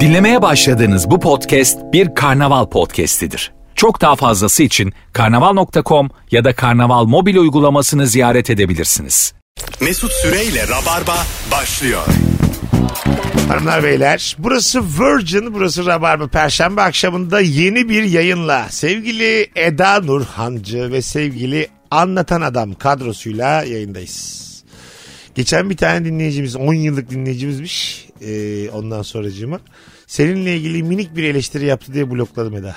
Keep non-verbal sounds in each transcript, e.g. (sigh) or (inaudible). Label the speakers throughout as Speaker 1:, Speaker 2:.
Speaker 1: Dinlemeye başladığınız bu podcast bir karnaval podcastidir. Çok daha fazlası için karnaval.com ya da karnaval mobil uygulamasını ziyaret edebilirsiniz.
Speaker 2: Mesut Süreyle Rabarba başlıyor.
Speaker 3: Hanımlar beyler burası Virgin burası Rabarba Perşembe akşamında yeni bir yayınla sevgili Eda Nurhancı ve sevgili Anlatan Adam kadrosuyla yayındayız. Geçen bir tane dinleyicimiz 10 yıllık dinleyicimizmiş ee, ondan sonracığıma. Seninle ilgili minik bir eleştiri yaptı diye blokladım Eda.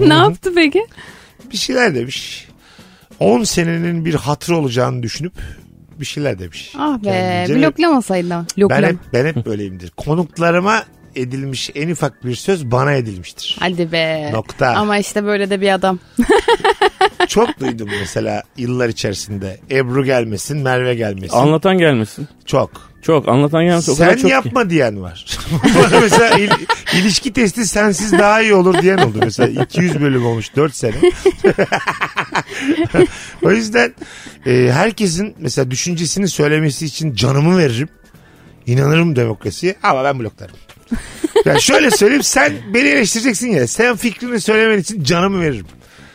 Speaker 4: ne yaptı peki?
Speaker 3: Bir şeyler demiş. 10 senenin bir hatırı olacağını düşünüp bir şeyler demiş.
Speaker 4: Ah be
Speaker 3: Kendince ve-
Speaker 4: bloklamasaydı ama. Bloklam.
Speaker 3: Ben hep, ben hep böyleyimdir. Konuklarıma edilmiş en ufak bir söz bana edilmiştir.
Speaker 4: (laughs) Hadi be.
Speaker 3: Nokta.
Speaker 4: Ama işte böyle de bir adam.
Speaker 3: Çok duydum mesela yıllar içerisinde. Ebru gelmesin, Merve gelmesin.
Speaker 5: Anlatan gelmesin.
Speaker 3: Çok.
Speaker 5: Çok anlatan gelmesin. O kadar
Speaker 3: Sen
Speaker 5: çok
Speaker 3: yapma diyen var. (laughs) Bana mesela il- ilişki testi sensiz daha iyi olur diyen oldu. Mesela 200 bölüm olmuş 4 sene. (laughs) o yüzden e, herkesin mesela düşüncesini söylemesi için canımı veririm. İnanırım demokrasiye ama ben bloklarım. Yani şöyle söyleyeyim sen beni eleştireceksin ya. Sen fikrini söylemen için canımı veririm.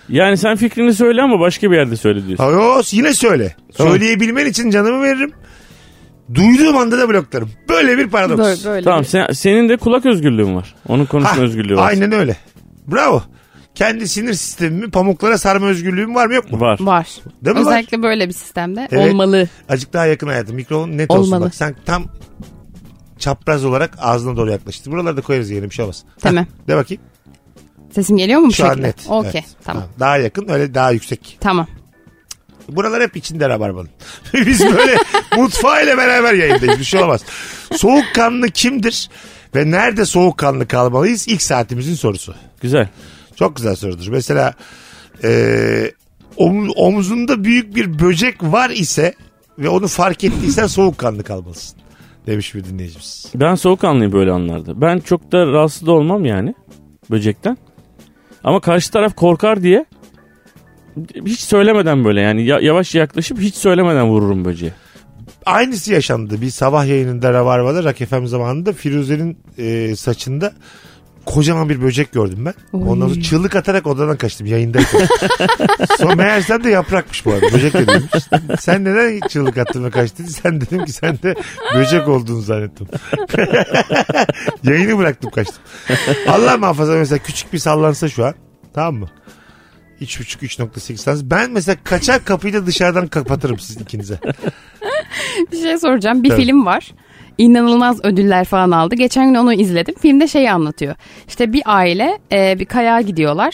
Speaker 5: Yani sen fikrini söyle ama başka bir yerde söyle diyorsun.
Speaker 3: Ha, yo, yine söyle.
Speaker 5: Tamam.
Speaker 3: Söyleyebilmen için canımı veririm. Duyduğum anda da bloklarım. Böyle bir paradoks.
Speaker 4: Böyle, böyle
Speaker 5: Tamam
Speaker 4: bir-
Speaker 5: sen- senin de kulak özgürlüğün var. Onun konuşma
Speaker 3: Ha,
Speaker 5: özgürlüğü var.
Speaker 3: Aynen öyle. Bravo. Kendi sinir sistemimi pamuklara sarma özgürlüğüm var mı yok mu?
Speaker 5: Var.
Speaker 4: Var.
Speaker 3: Değil mi var?
Speaker 4: Özellikle böyle bir sistemde
Speaker 3: Evet.
Speaker 4: olmalı.
Speaker 3: Azıcık daha yakın hayatım. Mikrofon net olsun.
Speaker 4: Olmalı.
Speaker 3: Bak sen tam çapraz olarak ağzına doğru yaklaştı. Buralarda koyarız yeni bir şey olmaz.
Speaker 4: Tamam.
Speaker 3: De bakayım.
Speaker 4: Sesim geliyor mu bu
Speaker 3: Şu an
Speaker 4: şekilde?
Speaker 3: net.
Speaker 4: Okey.
Speaker 3: Evet.
Speaker 4: Tamam.
Speaker 3: Ha, Daha yakın öyle daha yüksek.
Speaker 4: Tamam.
Speaker 3: Buralar hep içinde rabarbanın. (laughs) Biz
Speaker 4: (laughs)
Speaker 3: böyle mutfağıyla beraber yayındayız. Bir şey olmaz. Soğukkanlı kimdir? Ve nerede soğukkanlı kalmalıyız? İlk saatimizin sorusu.
Speaker 5: Güzel.
Speaker 3: Çok güzel sorudur. Mesela e, om- omuzunda büyük bir böcek var ise ve onu fark ettiysen soğukkanlı kalmalısın. Demiş bir dinleyicimiz.
Speaker 5: Ben soğukkanlıyım böyle anlarda. Ben çok da rahatsız da olmam yani böcekten. Ama karşı taraf korkar diye hiç söylemeden böyle yani ya- yavaş yaklaşıp hiç söylemeden vururum böceği.
Speaker 3: Aynısı yaşandı. Bir sabah yayınında Rabarba'da Rock FM zamanında Firuze'nin e, saçında kocaman bir böcek gördüm ben. Ondan sonra çığlık atarak odadan kaçtım yayındayken. Sonra meğersem de yaprakmış bu arada. Böcek de değilmiş. Sen neden çığlık attın ve kaçtın? Sen dedim ki sen de böcek olduğunu zannettim. (laughs) Yayını bıraktım kaçtım. Allah muhafaza mesela küçük bir sallansa şu an. Tamam mı? 3.5-3.8 sallans. Ben mesela kaçar kapıyı da dışarıdan kapatırım siz ikinize.
Speaker 4: Bir şey soracağım. Bir
Speaker 3: Evet.
Speaker 4: film var. İnanılmaz ödüller falan aldı. Geçen gün onu izledim. Filmde şeyi anlatıyor. İşte bir aile e, bir kayağa gidiyorlar.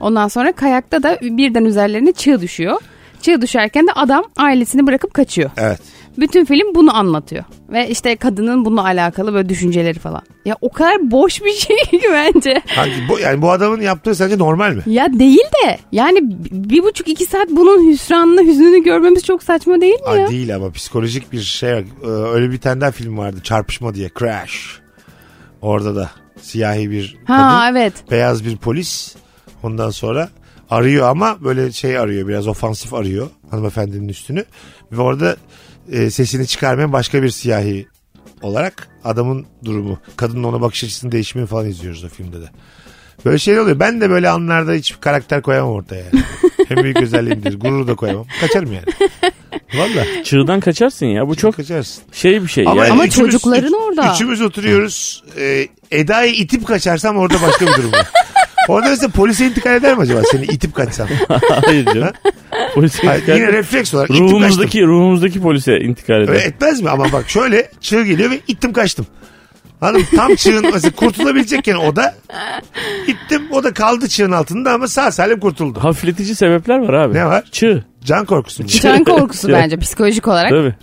Speaker 4: Ondan sonra kayakta da birden üzerlerine çığ düşüyor. Çığ düşerken de adam ailesini bırakıp kaçıyor.
Speaker 3: Evet.
Speaker 4: Bütün film bunu anlatıyor. Ve işte kadının bununla alakalı böyle düşünceleri falan. Ya o kadar boş bir (laughs) şey ki bence.
Speaker 3: Hangi, bu, yani bu adamın yaptığı sence normal mi?
Speaker 4: Ya değil de yani bir buçuk iki saat bunun hüsranını hüznünü görmemiz çok saçma değil mi ya?
Speaker 3: Aa, değil ama psikolojik bir şey. var. Ee, Öyle bir tane daha film vardı. Çarpışma diye. Crash. Orada da siyahi bir
Speaker 4: Ha
Speaker 3: kadın. (laughs)
Speaker 4: evet.
Speaker 3: Beyaz bir polis. Ondan sonra arıyor ama böyle şey arıyor. Biraz ofansif arıyor hanımefendinin üstünü. Ve orada e, sesini çıkarmayan başka bir siyahi olarak adamın durumu. Kadının ona bakış açısının değişimini falan izliyoruz o filmde de. Böyle şeyler oluyor. Ben de böyle anlarda hiç karakter koyamam ortaya. Yani. en büyük özelliğimdir. Gurur da koyamam. Kaçarım yani. Valla.
Speaker 5: Çığdan kaçarsın ya bu çok
Speaker 3: kaçarsın.
Speaker 5: şey bir şey yani.
Speaker 4: Ama çocukların orada.
Speaker 3: Üçümüz oturuyoruz. E, Eda'yı itip kaçarsam orada başka bir
Speaker 4: (laughs)
Speaker 3: durum var. Orada mesela polise intikal eder mi acaba seni itip kaçsam?
Speaker 5: (laughs) Hayır canım. Polise
Speaker 3: Hayır,
Speaker 5: intikal-
Speaker 3: yine refleks olarak itip kaçtım.
Speaker 5: ruhumuzdaki, ruhumuzdaki polise intikal eder.
Speaker 3: Öyle etmez mi? Ama bak şöyle çığ geliyor ve ittim kaçtım. Hanım tam çığın mesela kurtulabilecekken o da ittim o da kaldı çığın altında ama sağ salim kurtuldu.
Speaker 5: Hafifletici sebepler var abi.
Speaker 3: Ne var?
Speaker 5: Çığ.
Speaker 3: Can korkusu mu?
Speaker 4: Can korkusu
Speaker 5: Şey-
Speaker 4: bence psikolojik olarak.
Speaker 5: Tabii.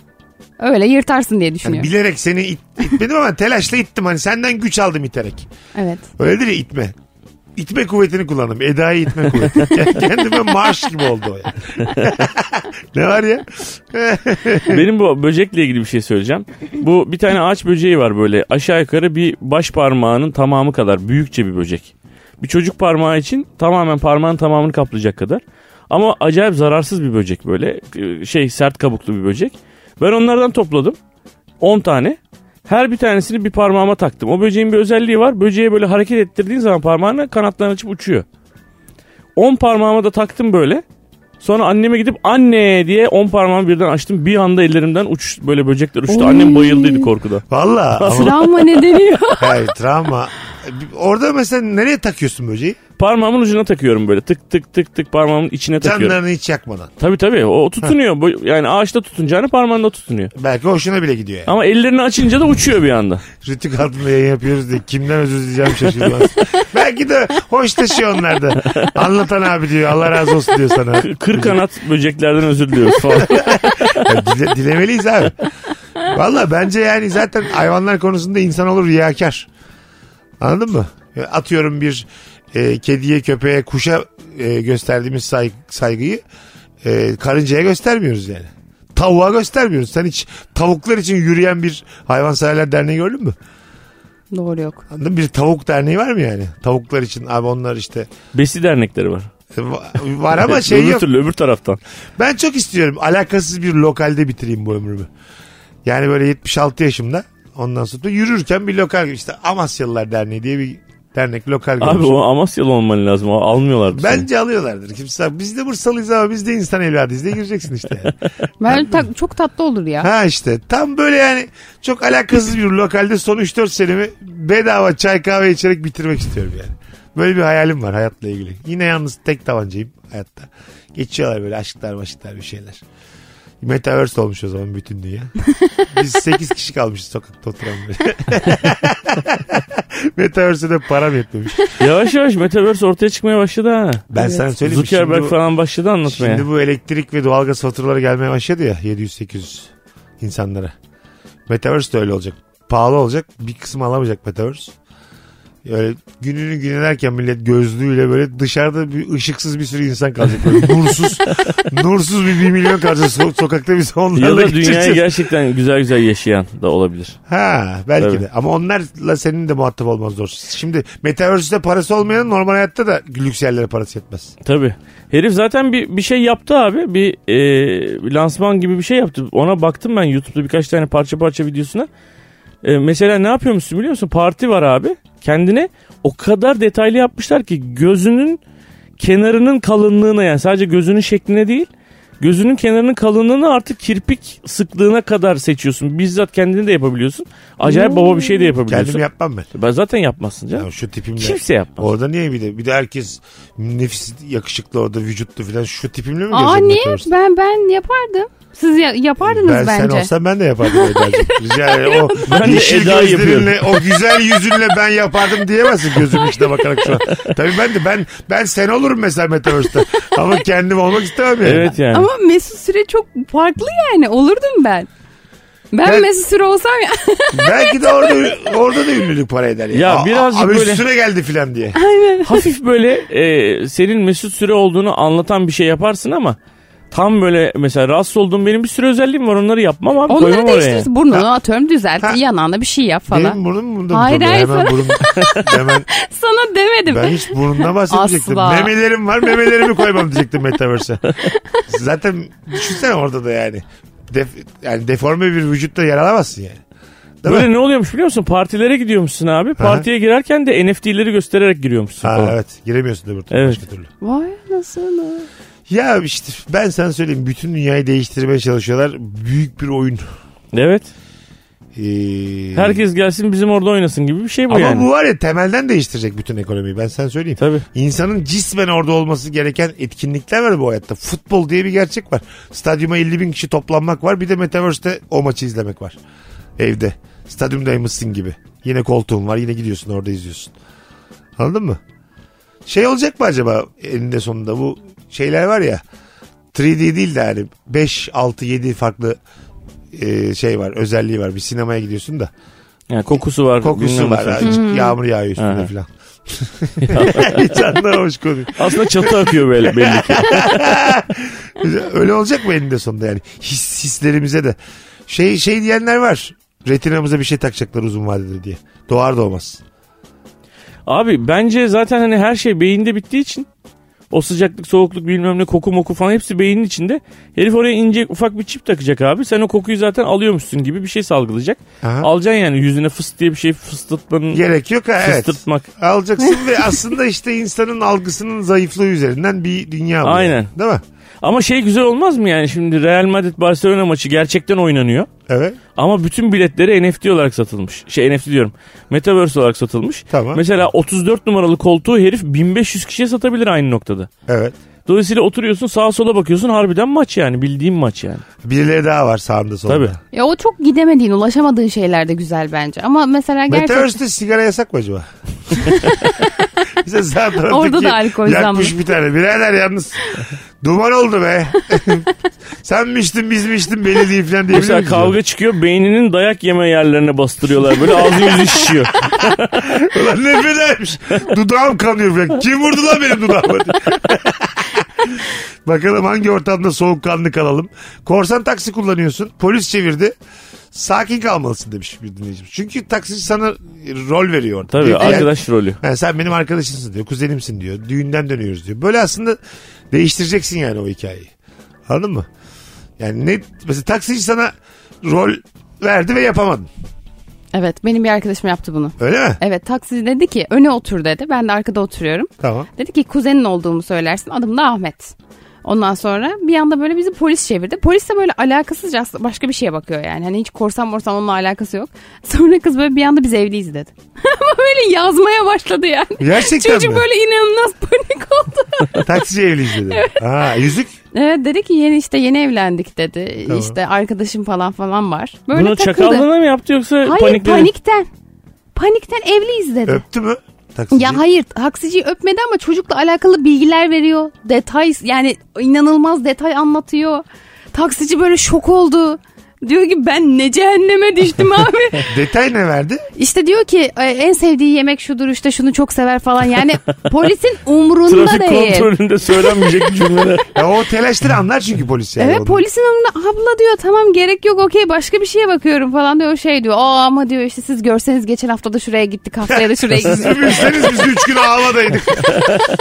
Speaker 4: Öyle yırtarsın diye
Speaker 3: Yani
Speaker 4: düşünüyor.
Speaker 3: bilerek seni it, itmedim ama telaşla ittim. Hani senden güç aldım iterek.
Speaker 4: evet.
Speaker 3: Öyledir ya itme. İtme kuvvetini kullandım. Eda'yı itme kuvveti. (laughs) Kendime marş gibi oldu o ya. (laughs) ne var ya?
Speaker 5: Benim bu böcekle ilgili bir şey söyleyeceğim. Bu bir tane ağaç böceği var böyle aşağı yukarı bir baş parmağının tamamı kadar büyükçe bir böcek. Bir çocuk parmağı için tamamen parmağın tamamını kaplayacak kadar. Ama acayip zararsız bir böcek böyle Ee, şey sert kabuklu bir böcek. Ben onlardan topladım 10 tane. Her bir tanesini bir parmağıma taktım. O böceğin bir özelliği var. Böceğe böyle hareket ettirdiğin zaman parmağını kanatlarını açıp uçuyor. 10 parmağıma da taktım böyle. Sonra anneme gidip anne diye 10 parmağımı birden açtım. Bir anda ellerimden uç böyle böcekler uçtu.
Speaker 4: Oy.
Speaker 5: Annem bayıldıydı korkuda.
Speaker 3: Valla. ama-
Speaker 4: Travma
Speaker 3: (laughs)
Speaker 4: ne deniyor?
Speaker 3: Hayır travma. Orada mesela nereye takıyorsun böceği?
Speaker 5: Parmağımın ucuna takıyorum böyle. Tık tık tık tık parmağımın içine takıyorum.
Speaker 3: Canlarını hiç yakmadan.
Speaker 5: Tabii tabii o tutunuyor. Bu- Yani ağaçta tutunacağını parmağında tutunuyor.
Speaker 3: Belki hoşuna bile gidiyor yani.
Speaker 5: Ama ellerini açınca da uçuyor bir anda.
Speaker 3: Rütük altında yayın yapıyoruz diye kimden özür dileyeceğim
Speaker 5: (laughs)
Speaker 3: şaşırmaz. Belki de hoş taşıyor onlar da. Anlatan abi diyor Allah razı olsun diyor sana.
Speaker 5: Kır kanat böceklerden özür diliyoruz
Speaker 3: (laughs)
Speaker 5: falan.
Speaker 3: Ya dile- dilemeliyiz abi. Valla bence yani zaten hayvanlar konusunda insan olur riyakar. Anladın mı? Ya Atıyorum bir e, kediye, köpeğe, kuşa e, gösterdiğimiz say- saygıyı e, karıncaya göstermiyoruz yani. Tavuğa göstermiyoruz. Sen hiç tavuklar için yürüyen bir hayvanseverler derneği gördün mü?
Speaker 4: Doğru yok.
Speaker 3: Anladın mı? Bir tavuk derneği var mı yani? Tavuklar için abi onlar işte
Speaker 5: Besi dernekleri var.
Speaker 3: e, va- var
Speaker 5: (laughs)
Speaker 3: ama şey
Speaker 5: öbür
Speaker 3: yok.
Speaker 5: türlü öbür taraftan.
Speaker 3: Ben çok istiyorum alakasız bir lokalde bitireyim bu ömrümü. Yani böyle 76 yaşımda ondan sonra yürürken bir lokal işte Amasyalılar Derneği diye bir dernek lokal
Speaker 5: Abi
Speaker 3: görmüşüm.
Speaker 5: o Amasyalı olman lazım. O Almıyorlardı seni.
Speaker 3: Bence alıyorlardır. Kimse biz de Bursalıyız ama biz de insan evladıyız diye gireceksin işte. yani.
Speaker 4: Ben ta- çok tatlı olur ya.
Speaker 3: ha işte tam böyle yani çok alakasız bir lokalde son 3-4 senemi bedava çay kahve içerek bitirmek istiyorum yani. Böyle bir hayalim var hayatla ilgili. Yine yalnız tek tabancayım hayatta. Geçiyorlar böyle aşklar maşıklar bir şeyler. Metaverse olmuş o zaman bütün dünya. Biz 8 kişi kalmışız sokakta oturan böyle. (laughs) Metaverse'e de param yetmemiş.
Speaker 5: Yavaş yavaş Metaverse ortaya çıkmaya başladı ha.
Speaker 3: Ben sana söyleyeyim. mi?
Speaker 5: Zuckerberg
Speaker 3: Şimdi bu-
Speaker 5: falan başladı anlatmaya.
Speaker 3: Şimdi bu elektrik ve doğalgaz faturaları gelmeye başladı ya 700-800 insanlara. Metaverse de öyle olacak. Pahalı olacak. Bir kısmı alamayacak Metaverse. Öyle gününü günelerken millet gözlüğüyle böyle dışarıda bir ışıksız bir sürü insan kalacak.
Speaker 5: (laughs)
Speaker 3: Böyle nursuz, nursuz bir, bir milyon kalacak so- sokakta biz
Speaker 5: ya
Speaker 3: onlarla
Speaker 5: da dünyayı
Speaker 3: geçeceğiz.
Speaker 5: gerçekten güzel güzel yaşayan da olabilir.
Speaker 3: Ha belki
Speaker 5: Tabii.
Speaker 3: de ama onlarla senin de muhatap olmaz zor. Şimdi Metaverse'de parası olmayan normal hayatta da lüks yerlere parası yetmez.
Speaker 5: Tabii. Herif zaten bir, bir şey yaptı abi. Bir, e, bir lansman gibi bir şey yaptı. Ona baktım ben YouTube'da birkaç tane parça parça videosuna. E, mesela ne yapıyormuşsun biliyor musun? Parti var abi. Kendine o kadar detaylı yapmışlar ki gözünün kenarının kalınlığına yani sadece gözünün şekline değil gözünün kenarının kalınlığını artık kirpik sıklığına kadar seçiyorsun. Bizzat kendini de yapabiliyorsun. Acayip baba bir şey de yapabiliyorsun.
Speaker 3: Hmm. Kendim yapmam ben.
Speaker 5: Ben zaten yapmazsın canım.
Speaker 3: Ya şu tipimle.
Speaker 5: Kimse yapmaz.
Speaker 3: Orada niye bir de bir de herkes nefis yakışıklı orada vücutlu filan şu tipimle mi
Speaker 4: Aa
Speaker 3: geziyorum
Speaker 4: niye?
Speaker 3: Metaverse'de?
Speaker 4: Ben ben yapardım. Siz ya- yapardınız
Speaker 3: ben
Speaker 4: bence.
Speaker 3: sen olsam ben de
Speaker 4: (laughs)
Speaker 3: yapardım Eda'cığım. Rica ederim. O
Speaker 5: Ben de
Speaker 3: yeşil
Speaker 5: Eda'yı
Speaker 3: gözlerinle, o güzel yüzünle ben yapardım diyemezsin gözümün içine bakarak şu an. Tabii ben de ben ben sen olurum mesela Metaverse'de. Ama kendim olmak istemem yani.
Speaker 5: Evet yani.
Speaker 4: Ama Mesut Süre çok farklı yani. Olurdum ben. Ben,
Speaker 3: Ben-
Speaker 4: Mesut Süre olsam ya.
Speaker 3: Belki de orada orada da ünlülük para eder. yani.
Speaker 5: Ya
Speaker 3: Aa,
Speaker 5: birazcık
Speaker 3: abi
Speaker 5: böyle-
Speaker 3: üstüne geldi filan diye.
Speaker 5: hafif böyle e, senin mesut süre olduğunu anlatan bir şey yaparsın ama tam böyle mesela rahatsız olduğum benim bir sürü özelliğim var onları yapmam abi
Speaker 4: Onları
Speaker 5: koymam oraya.
Speaker 4: değiştirirsin. Burnunu atıyorum düzelt.
Speaker 3: Ha.
Speaker 4: Yanağına bir şey yap falan.
Speaker 3: Benim burnum bunda mı?
Speaker 4: Hayır,
Speaker 3: Tabii,
Speaker 4: hayır,
Speaker 3: Hemen
Speaker 4: sana-
Speaker 3: burnum. Hemen
Speaker 4: (laughs) Sana demedim.
Speaker 3: Ben hiç burnuna bahsedecektim.
Speaker 4: Asla.
Speaker 3: Memelerim var memelerimi koymam diyecektim Metaverse'e. Zaten düşünsene orada da yani. Def- yani deforme bir vücutta yer alamazsın yani. Değil mi?
Speaker 5: Böyle ne oluyormuş biliyor musun? Partilere gidiyormuşsun abi. Partiye girerken de NFT'leri göstererek giriyormuşsun.
Speaker 3: Ha,
Speaker 5: falan.
Speaker 3: evet giremiyorsun da burada
Speaker 5: Evet.
Speaker 3: başka türlü.
Speaker 4: Vay nasıl?
Speaker 3: Ya işte ben sana söyleyeyim bütün dünyayı değiştirmeye çalışıyorlar. Büyük bir oyun.
Speaker 5: Evet.
Speaker 3: Ee,
Speaker 5: Herkes gelsin bizim orada oynasın gibi bir şey bu
Speaker 3: Ama
Speaker 5: yani.
Speaker 3: bu var ya temelden değiştirecek bütün ekonomiyi ben sana söyleyeyim.
Speaker 5: Tabii.
Speaker 3: İnsanın cismen orada olması gereken etkinlikler var bu hayatta. Futbol diye bir gerçek var. Stadyuma 50 bin kişi toplanmak var. Bir de Metaverse'de o maçı izlemek var. Evde. Stadyumdaymışsın gibi. Yine koltuğun var. Yine gidiyorsun orada izliyorsun. Anladın mı? Şey olacak mı acaba eninde sonunda bu şeyler var ya. 3D değil de hani yani 5, 6, 7 farklı e, şey var özelliği var. Bir sinemaya gidiyorsun da.
Speaker 5: Yani kokusu var.
Speaker 3: Kokusu
Speaker 5: bilmem
Speaker 3: var.
Speaker 5: ne falan.
Speaker 3: azıcık Yağmur yağıyor üstünde
Speaker 5: Aha. (laughs)
Speaker 3: falan. Hiç anlamamış konuyu.
Speaker 5: Aslında çatı akıyor böyle belli ki.
Speaker 3: Öyle olacak mı eninde sonunda yani? His, hislerimize de. Şey şey diyenler var. Retinamıza bir şey takacaklar uzun vadede diye. Doğar doğmaz.
Speaker 5: Abi bence zaten hani her şey beyinde bittiği için O sıcaklık, soğukluk bilmem ne koku moku falan hepsi beynin içinde. Herif oraya ince ufak bir çip takacak abi. Sen o kokuyu zaten alıyormuşsun gibi bir şey salgılayacak.
Speaker 3: Aha.
Speaker 5: Alacaksın yani yüzüne fıst diye bir şey fıstıtmanın
Speaker 3: Gerek yok ha evet.
Speaker 5: fıstırtmak.
Speaker 3: Alacaksın ve aslında işte insanın algısının zayıflığı üzerinden bir dünya bu.
Speaker 5: Aynen.
Speaker 3: Değil mi?
Speaker 5: Ama şey güzel olmaz mı yani şimdi Real Madrid Barcelona maçı gerçekten oynanıyor.
Speaker 3: Evet.
Speaker 5: Ama bütün biletleri NFT olarak satılmış. Şey NFT diyorum. Metaverse olarak satılmış.
Speaker 3: Tamam.
Speaker 5: Mesela 34 numaralı koltuğu herif 1500 kişiye satabilir aynı noktada.
Speaker 3: Evet.
Speaker 5: Dolayısıyla oturuyorsun sağa sola bakıyorsun harbiden maç yani bildiğim maç yani.
Speaker 3: Birileri daha var sağında solunda.
Speaker 5: Tabii.
Speaker 4: Ya o çok gidemediğin, ulaşamadığın şeyler de güzel bence. Ama mesela gerçekten
Speaker 3: Metaverse'de sigara yasak mı
Speaker 4: (laughs)
Speaker 3: acaba? Bize sağ taraftaki
Speaker 4: Orada da alkol
Speaker 3: yakmış
Speaker 4: zammı.
Speaker 3: bir tane. Birader yalnız duman oldu be.
Speaker 4: (laughs)
Speaker 3: Sen mi içtin biz mi içtin belli değil falan diyebilir
Speaker 5: Mesela
Speaker 3: miyiz?
Speaker 5: kavga çıkıyor beyninin dayak yeme yerlerine bastırıyorlar böyle ağzı yüzü şişiyor.
Speaker 3: Ulan ne fenaymış. Dudağım kanıyor falan. Kim vurdu lan benim
Speaker 4: (laughs)
Speaker 3: dudağıma? Bakalım hangi ortamda soğukkanlı kalalım. Korsan taksi kullanıyorsun. Polis çevirdi. Sakin kalmalısın demiş bir dinleyicimiz. Çünkü taksici sana rol veriyor. orada.
Speaker 5: Tabii
Speaker 3: Diyor ki, yani-
Speaker 5: arkadaş rolü.
Speaker 3: Yani sen benim arkadaşımsın diyor. Kuzenimsin diyor. Düğünden dönüyoruz diyor. Böyle aslında değiştireceksin yani o hikayeyi. Anladın mı? Yani ne mesela taksici sana rol verdi ve yapamadın.
Speaker 4: Evet benim bir arkadaşım yaptı bunu.
Speaker 3: Öyle mi?
Speaker 4: Evet taksici dedi ki öne otur dedi. Ben de arkada oturuyorum.
Speaker 3: Tamam.
Speaker 4: Dedi ki kuzenin olduğumu söylersin. Adım da Ahmet. Ondan sonra bir anda böyle bizi polis çevirdi. Polis de böyle alakasızca aslında başka bir şeye bakıyor yani. Hani hiç korsan morsan onunla alakası yok. (laughs) Sonra kız böyle bir anda biz evliyiz dedi. (laughs) Ama böyle yazmaya başladı yani.
Speaker 3: Gerçekten
Speaker 4: Çocuk
Speaker 3: mi?
Speaker 4: böyle inanılmaz panik oldu. (laughs)
Speaker 3: Taksici evliyiz dedi. Ha, yüzük.
Speaker 4: evet dedi ki yeni işte yeni evlendik dedi.
Speaker 3: Tamam.
Speaker 4: İşte arkadaşım falan falan var. Böyle
Speaker 5: Bunu
Speaker 4: takıldı.
Speaker 5: çakallığına mı yaptı yoksa
Speaker 4: Hayır
Speaker 5: panikle-
Speaker 4: panikten. Panikten evliyiz dedi.
Speaker 3: Öptü mü? Taksici.
Speaker 4: Ya hayır taksiciyi öpmedi ama çocukla alakalı bilgiler veriyor. Detay yani inanılmaz detay anlatıyor. Taksici böyle şok oldu. Diyor ki ben ne cehenneme düştüm abi.
Speaker 3: Detay ne verdi?
Speaker 4: işte diyor ki "E, en sevdiği yemek şudur işte şunu çok sever falan. Yani polisin umrunda
Speaker 5: Trafik
Speaker 4: değil.
Speaker 5: kontrolünde söylenmeyecek
Speaker 4: (laughs)
Speaker 5: cümleler.
Speaker 3: Ya o telaşları anlar çünkü polis yani.
Speaker 4: Evet
Speaker 3: onu.
Speaker 4: polisin umrunda abla diyor tamam gerek yok okey başka bir şeye bakıyorum falan diyor. O şey diyor aa ama diyor işte siz görseniz geçen hafta da şuraya gittik haftaya da şuraya
Speaker 3: Siz
Speaker 4: gittik.
Speaker 3: bir bilseniz biz üç gün havadaydık.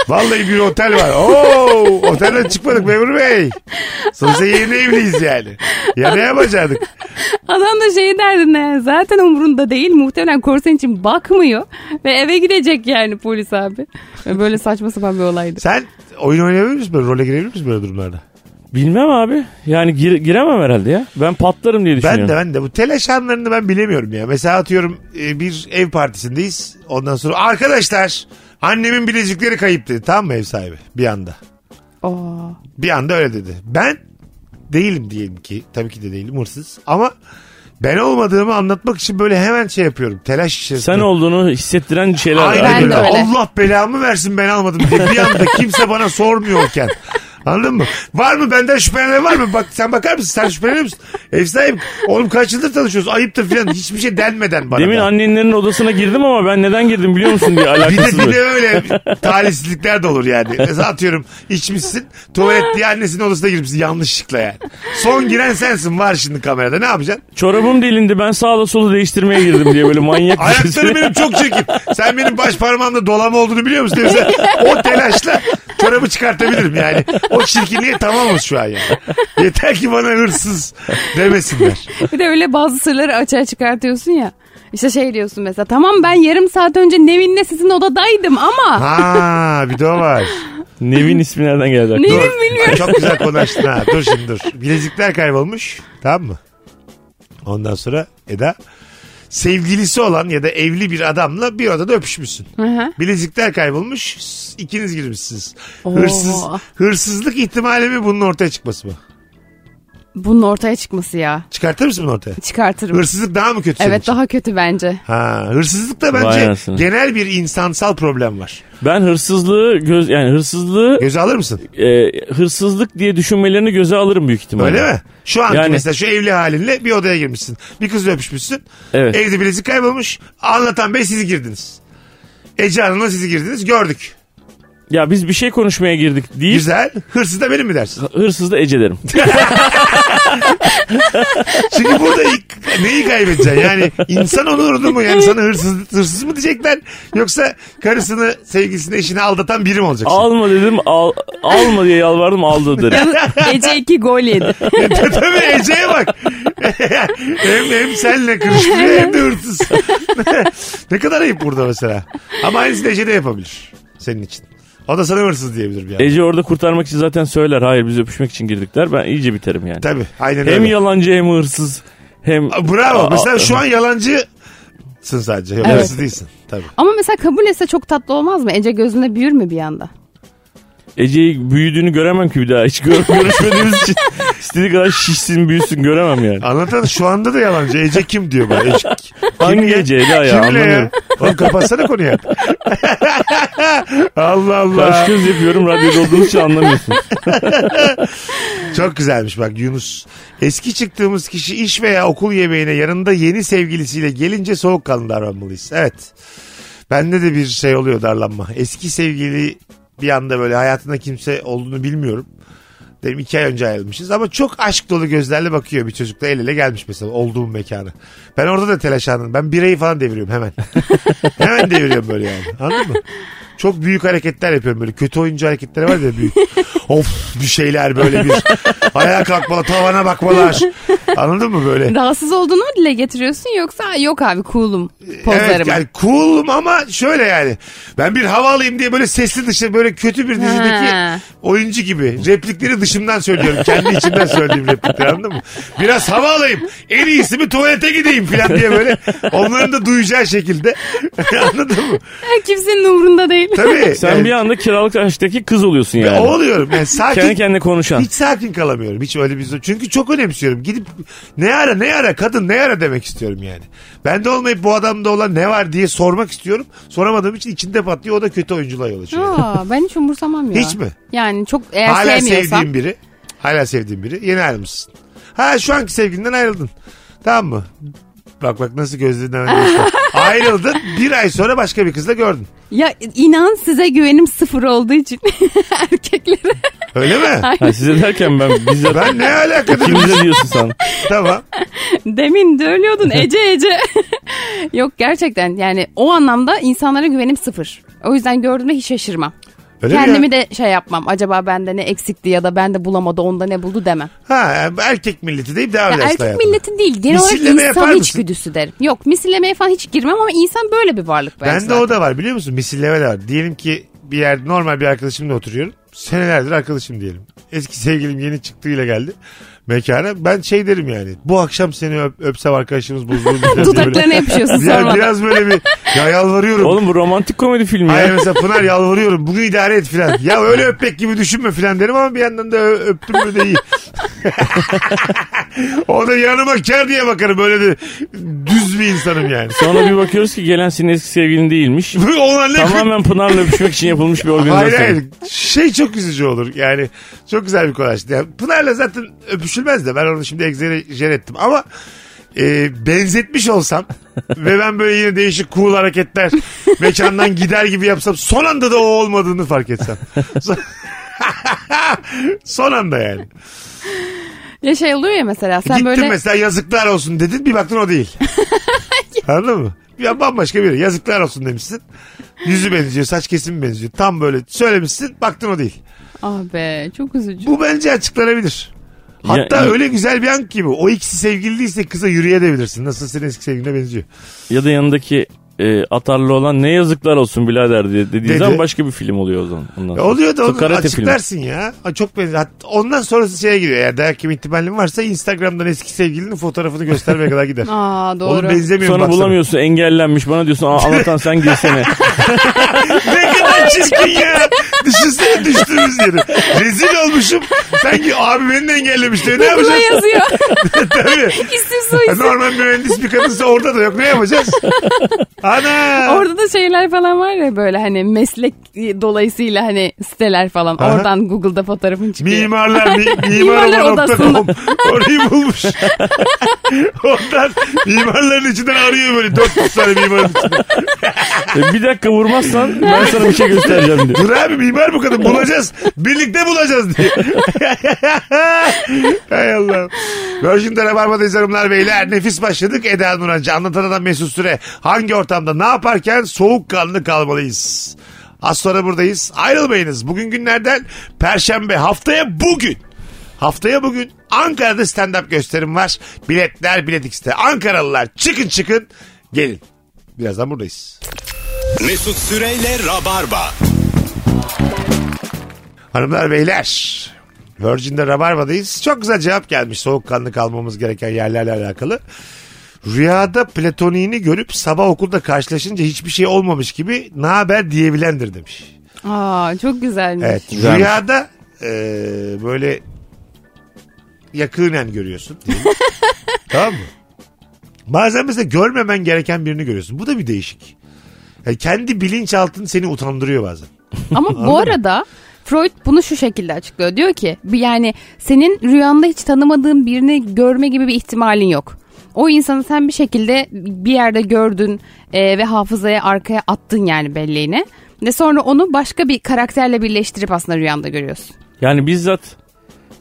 Speaker 3: Vallahi bir otel var. Oo, otelden çıkmadık memur bey. Sonuçta yeni evliyiz yani. Ya ne yapacaktık?
Speaker 4: Adam da şey derdinde yani zaten umurunda değil muhtemelen korsan için bakmıyor ve eve gidecek yani polis abi. Böyle saçma sapan bir olaydı.
Speaker 3: Sen oyun oynayabilir misin? Böyle role girebilir misin böyle durumlarda?
Speaker 5: Bilmem abi. Yani gir- giremem herhalde ya. Ben patlarım diye düşünüyorum.
Speaker 3: Ben de ben de bu telaş anlarını ben bilemiyorum ya. Mesela atıyorum e, bir ev partisindeyiz. Ondan sonra arkadaşlar annemin bilezikleri kayıp dedi. Tamam mı ev sahibi? Bir anda.
Speaker 4: Oo.
Speaker 3: Bir anda öyle dedi. Ben değilim diyelim ki. Tabii ki de değilim hırsız. Ama ben olmadığımı anlatmak için böyle hemen şey yapıyorum. Telaş içerisinde.
Speaker 5: Sen olduğunu hissettiren şeyler var.
Speaker 3: Aynen
Speaker 4: Ben
Speaker 3: öyle.
Speaker 4: de öyle.
Speaker 3: Allah belamı versin ben almadım diye bir anda kimse bana sormuyorken. Anladın mı? Var mı benden şüphelenen var mı? Bak sen bakar mısın? Sen şüpheleniyor musun? Ev sahibim oğlum kaç yıldır tanışıyoruz ayıptır filan hiçbir şey denmeden bana.
Speaker 5: Demin
Speaker 3: da.
Speaker 5: annenlerin odasına girdim ama ben neden girdim biliyor musun diye
Speaker 3: Bir de,
Speaker 5: alakasız
Speaker 3: bir
Speaker 5: böyle.
Speaker 3: de öyle talihsizlikler de olur yani. Mesela atıyorum içmişsin tuvalet diye annesinin odasına girmişsin yanlışlıkla yani. Son giren sensin var şimdi kamerada ne yapacaksın?
Speaker 5: Çorabım delindi ben sağla solu değiştirmeye girdim diye
Speaker 3: (laughs)
Speaker 5: böyle manyak bir
Speaker 3: Ayaklarım
Speaker 5: sesle.
Speaker 3: benim çok çirkin. Sen benim baş parmağımda dolama olduğunu biliyor musun? Mesela o telaşla çorabı çıkartabilirim yani. O çirkinliğe tamamız şu an yani. Yeter ki bana hırsız demesinler.
Speaker 4: Bir de öyle bazı sırları açığa çıkartıyorsun ya. İşte şey diyorsun mesela tamam ben yarım saat önce Nevin'le sizin odadaydım ama
Speaker 3: Ha bir de o var.
Speaker 5: Nevin ismi nereden geldi? aklıma?
Speaker 4: Nevin bilmiyorum.
Speaker 3: Ay, çok güzel konuştun ha. Dur şimdi dur. Bilezikler kaybolmuş. Tamam mı? Ondan sonra Eda sevgilisi olan ya da evli bir adamla bir odada öpüşmüşsün.
Speaker 4: hı.
Speaker 3: Bilezikler kaybolmuş. ikiniz girmişsiniz.
Speaker 4: Oo.
Speaker 3: Hırsız, hırsızlık ihtimali mi bunun ortaya çıkması mı?
Speaker 4: Bunun ortaya çıkması ya.
Speaker 3: Çıkartır mısın bunu ortaya?
Speaker 4: Çıkartırım.
Speaker 3: Hırsızlık daha mı kötü senin
Speaker 4: Evet
Speaker 3: için?
Speaker 4: daha kötü bence.
Speaker 3: Ha, hırsızlık da
Speaker 5: Vay
Speaker 3: bence
Speaker 5: anasını.
Speaker 3: genel bir insansal problem var.
Speaker 5: Ben hırsızlığı göz yani hırsızlığı
Speaker 3: Göze alır mısın?
Speaker 5: e, hırsızlık diye düşünmelerini göze alırım büyük ihtimalle.
Speaker 3: Öyle mi? Şu an
Speaker 5: Yani-
Speaker 3: mesela şu evli halinle bir odaya girmişsin. Bir kızla öpüşmüşsün.
Speaker 5: Evet.
Speaker 3: Evde bilezik kaybolmuş. Anlatan bey siz girdiniz. Ece Hanım'la siz girdiniz. Gördük.
Speaker 5: Ya biz bir şey konuşmaya girdik değil.
Speaker 3: Güzel. Hırsız da benim mi dersin?
Speaker 5: Hırsız da
Speaker 3: (laughs)
Speaker 5: Ece derim.
Speaker 3: Çünkü burada ilk- neyi kaybedeceksin? Yani insan onurdu mu? Yani sana hırsız, hırsız mı diyecekler? Yoksa karısını, sevgilisini, eşini aldatan biri mi olacaksın?
Speaker 5: alma dedim. Al, alma diye yalvardım aldı derim.
Speaker 4: Ece 2
Speaker 3: (laughs)
Speaker 4: gol yedi.
Speaker 3: (laughs) Tabii Ece'ye bak. (laughs) hem, hem senle kırıştırıyor hem de hırsız. (laughs) ne kadar ayıp burada mesela. Ama aynısını Ece de yapabilir. Senin için. O da sana hırsız diyebilir bir an.
Speaker 5: Ece orada kurtarmak için zaten söyler. Hayır biz öpüşmek için girdik der. Ben iyice biterim yani.
Speaker 3: Tabii aynen
Speaker 5: Hem
Speaker 3: öyle.
Speaker 5: yalancı hem hırsız. Hem
Speaker 3: Aa, Bravo.
Speaker 5: Aa,
Speaker 3: Mesela
Speaker 5: aa,
Speaker 3: şu an yalancısın sadece. Hırsız değilsin. Tabii.
Speaker 4: Ama mesela kabul etse çok tatlı olmaz mı? Ece gözüne büyür mü bir anda?
Speaker 5: Ece'yi büyüdüğünü göremem ki bir daha. Hiç gör- görüşmediğimiz
Speaker 3: (laughs)
Speaker 5: için. İstediği kadar şişsin büyüsün göremem yani.
Speaker 3: Anlatan şu anda da yalancı. Ece kim diyor bana.
Speaker 5: (laughs)
Speaker 3: Ece,
Speaker 5: Hangi
Speaker 3: ya?
Speaker 5: Ece Eda ya
Speaker 3: Kimle
Speaker 5: anlamıyorum.
Speaker 3: ya? Oğlum kapatsana konuyu.
Speaker 5: (laughs)
Speaker 3: Allah Allah.
Speaker 5: Kaş göz yapıyorum radyoda olduğunuz için anlamıyorsunuz.
Speaker 3: Çok güzelmiş bak Yunus. Eski çıktığımız kişi iş veya okul yemeğine yanında yeni sevgilisiyle gelince soğukkanlı davranmalıyız. Evet. Bende de bir şey oluyor darlanma. Eski sevgili bir anda böyle hayatında kimse olduğunu bilmiyorum. Dedim iki ay önce ayrılmışız ama çok aşk dolu gözlerle bakıyor bir çocukla el ele gelmiş mesela olduğum mekana. Ben orada da telaşlandım. Ben birayı falan deviriyorum hemen. hemen deviriyorum böyle yani. Anladın mı? Çok büyük hareketler yapıyorum böyle. Kötü oyuncu hareketleri var ya büyük. of bir şeyler böyle bir. Ayağa kalkmalar, tavana bakmalar. Anladın mı böyle?
Speaker 4: Rahatsız olduğunu mu dile getiriyorsun yoksa yok abi cool'um pozları
Speaker 3: Evet
Speaker 4: mı?
Speaker 3: yani cool'um ama şöyle yani. Ben bir hava alayım diye böyle sesli dışı böyle kötü bir dizideki
Speaker 4: Ha.
Speaker 3: oyuncu gibi. Replikleri dışımdan söylüyorum. Kendi içimden söylediğim replikleri anladın mı? Biraz hava alayım. En iyisi bir tuvalete gideyim falan diye böyle. Onların da duyacağı şekilde. (laughs) anladın mı?
Speaker 4: Kimsenin umurunda değil.
Speaker 3: Tabii.
Speaker 5: Sen
Speaker 3: yani,
Speaker 5: bir anda kiralık aşktaki kız oluyorsun yani.
Speaker 3: O oluyorum. Yani sakin.
Speaker 5: Kendi kendine konuşan.
Speaker 3: Hiç sakin kalamıyorum. Hiç öyle bir Çünkü çok önemsiyorum. Gidip ne ara ne ara kadın ne ara demek istiyorum yani. Ben de olmayıp bu adamda olan ne var diye sormak istiyorum. Soramadığım için içinde patlıyor. O da kötü oyunculuğa yol açıyor.
Speaker 4: (laughs) Aa, ben hiç umursamam ya.
Speaker 3: Hiç mi?
Speaker 4: Yani çok eğer
Speaker 3: Hala
Speaker 4: sevmiyorsan.
Speaker 3: sevdiğim biri. Hala sevdiğim biri. Yeni ayrılmışsın. Ha şu anki sevgilinden ayrıldın. Tamam mı? Bak bak nasıl gözlerinden ayrıldın.
Speaker 4: (laughs)
Speaker 3: ayrıldın. Bir ay sonra başka bir kızla gördün.
Speaker 4: Ya inan size güvenim sıfır olduğu için (laughs) erkeklere.
Speaker 3: Öyle mi?
Speaker 5: Ha, size derken ben bizzat
Speaker 3: ben ne alaka
Speaker 4: (laughs)
Speaker 3: dedim.
Speaker 5: ikimize diyorsun
Speaker 3: (laughs)
Speaker 5: sen.
Speaker 3: tamam.
Speaker 4: Demin de ölüyordun Ece Ece. (laughs) Yok gerçekten yani o anlamda insanlara güvenim sıfır. O yüzden gördüğümde hiç şaşırmam.
Speaker 3: Öyle mi ya?
Speaker 4: Kendimi de şey yapmam. Acaba bende ne eksikti ya da bende bulamadı onda ne buldu demem.
Speaker 3: Ha yani erkek milleti deyip devam
Speaker 4: Ya
Speaker 3: edersin
Speaker 4: erkek
Speaker 3: hayatına.
Speaker 4: milleti değil. Genel olarak
Speaker 3: Misilleme yapar
Speaker 4: insan
Speaker 3: mısın?
Speaker 4: içgüdüsü derim. Yok misillemeye falan hiç girmem ama insan böyle bir varlık bence.
Speaker 3: Ben de o da var biliyor musun? Misilleme de var. Diyelim ki bir yerde normal bir arkadaşımla oturuyorum. Senelerdir arkadaşım diyelim. Eski sevgilim yeni çıktığıyla geldi mekana. Ben şey derim yani. Bu akşam seni öp, öpsem arkadaşımız bozulur. Biraz
Speaker 4: Dudaklarına
Speaker 3: böyle-
Speaker 4: yapışıyorsun
Speaker 3: Ya,
Speaker 4: sonra.
Speaker 3: biraz böyle bir ya yalvarıyorum.
Speaker 5: Oğlum bu romantik komedi filmi
Speaker 3: Hayır
Speaker 5: ya.
Speaker 3: mesela Pınar yalvarıyorum. Bugün idare et filan. Ya öyle öpmek gibi düşünme filan derim ama bir yandan da ö- öptüm mü de iyi. (laughs) o da yanıma ker diye bakarım. Böyle de düz bir insanım yani. (laughs)
Speaker 5: Sonra bir bakıyoruz ki gelen senin eski sevgilin değilmiş.
Speaker 3: Onlar ne
Speaker 5: Tamamen Pınar'la öpüşmek için yapılmış bir organizasyon.
Speaker 3: Hayır hayır. Şey çok üzücü olur. Yani çok güzel bir kolaştı. Yani Pınar'la zaten öpüşülmez de ben onu şimdi egzajer ettim. Ama e, benzetmiş olsam ve ben böyle yine değişik cool hareketler mekandan gider gibi yapsam son anda da o olmadığını fark etsem. Son, (laughs) son anda yani.
Speaker 4: Ya şey oluyor ya mesela sen
Speaker 3: Gittin
Speaker 4: böyle
Speaker 3: mesela yazıklar olsun dedin bir baktın o değil. Anladın mı? Ya bambaşka biri yazıklar olsun demişsin. Yüzü benziyor, saç kesimi benziyor. Tam böyle söylemişsin, baktın o değil.
Speaker 4: ah be çok üzücü.
Speaker 3: Bu bence açıklanabilir. Hatta
Speaker 5: Ya-
Speaker 3: öyle güzel bir an ki bu. O ikisi sevgiliyse kıza yürüyebilirsin. Nasıl senin eski sevgiline benziyor.
Speaker 5: Ya da yanındaki e, atarlı olan ne yazıklar olsun birader diye dediği
Speaker 3: Dedi.
Speaker 5: zaman başka bir film oluyor o zaman. Ondan
Speaker 3: E
Speaker 5: sonra.
Speaker 3: oluyor da
Speaker 5: Sonra
Speaker 3: onu
Speaker 5: karate filmi.
Speaker 3: açıklarsın ya. Ha, Çok benziyor. Hat- Ondan sonrası şeye giriyor. Eğer dayak yeme ihtimalin varsa Instagram'dan eski sevgilinin fotoğrafını göstermeye kadar gider.
Speaker 4: (laughs) Aa doğru.
Speaker 3: Oğlum
Speaker 4: (laughs)
Speaker 3: benzemiyor
Speaker 5: Sonra
Speaker 3: baksana.
Speaker 5: bulamıyorsun engellenmiş bana diyorsun "Aa, anlatan sen
Speaker 3: (laughs)
Speaker 5: girsene.
Speaker 3: Ne kadar çirkin ya. Düşünsene düştüğümüz yeri. Rezil olmuşum. Sanki abi beni de engellemiş diyor. Ne
Speaker 4: Buna
Speaker 3: yapacağız?
Speaker 4: yazıyor.
Speaker 3: (laughs) Tabii.
Speaker 4: İsim soyisim.
Speaker 3: Normal mühendis bir kadınsa
Speaker 4: (laughs)
Speaker 3: orada da yok. Ne yapacağız? Ana.
Speaker 4: Orada da şeyler falan var ya böyle hani meslek dolayısıyla hani siteler falan
Speaker 3: Aha.
Speaker 4: oradan Google'da fotoğrafın çıkıyor.
Speaker 3: Mimarlar, mi,
Speaker 4: Mimarlar
Speaker 3: mimarlar.com orayı bulmuş. Ondan mimarların içinden arıyor böyle 400 tane mimarın içinden.
Speaker 5: E, bir dakika vurmazsan ben sana bir şey göstereceğim diyor.
Speaker 3: Dur abi mimar bu kadın bulacağız. Birlikte bulacağız diye. (laughs) Hay Allah. Virgin'de Rabarba'dayız hanımlar beyler. Nefis başladık. Eda Nurancı anlatan adam Mesut Süre. Hangi ortamda ne yaparken soğukkanlı kalmalıyız? Az sonra buradayız. Ayrılmayınız. Bugün günlerden Perşembe. Haftaya bugün. Haftaya bugün Ankara'da stand-up gösterim var. Biletler Bilet X'te. Ankaralılar çıkın çıkın gelin. Birazdan buradayız.
Speaker 2: Mesut Süreyle Rabarba.
Speaker 3: Hanımlar beyler. Virgin'de Rabarba'dayız. Çok güzel cevap gelmiş soğukkanlı kalmamız gereken yerlerle alakalı. Rüyada platoniğini görüp sabah okulda karşılaşınca hiçbir şey olmamış gibi ne haber diyebilendir demiş.
Speaker 4: Aa çok güzelmiş.
Speaker 3: Evet
Speaker 5: Güzelmiş.
Speaker 3: rüyada e, böyle yakınen görüyorsun. diyelim. tamam mı? Bazen mesela görmemen gereken birini görüyorsun. Bu da bir değişik. Yani kendi bilinçaltın seni utandırıyor bazen.
Speaker 4: Ama bu arada Freud bunu şu şekilde açıklıyor. Diyor ki bir yani senin rüyanda hiç tanımadığın birini görme gibi bir ihtimalin yok. O insanı sen bir şekilde bir yerde gördün e, ve hafızaya arkaya attın yani belleğine. Ve sonra onu başka bir karakterle birleştirip aslında rüyanda görüyorsun.
Speaker 5: Yani bizzat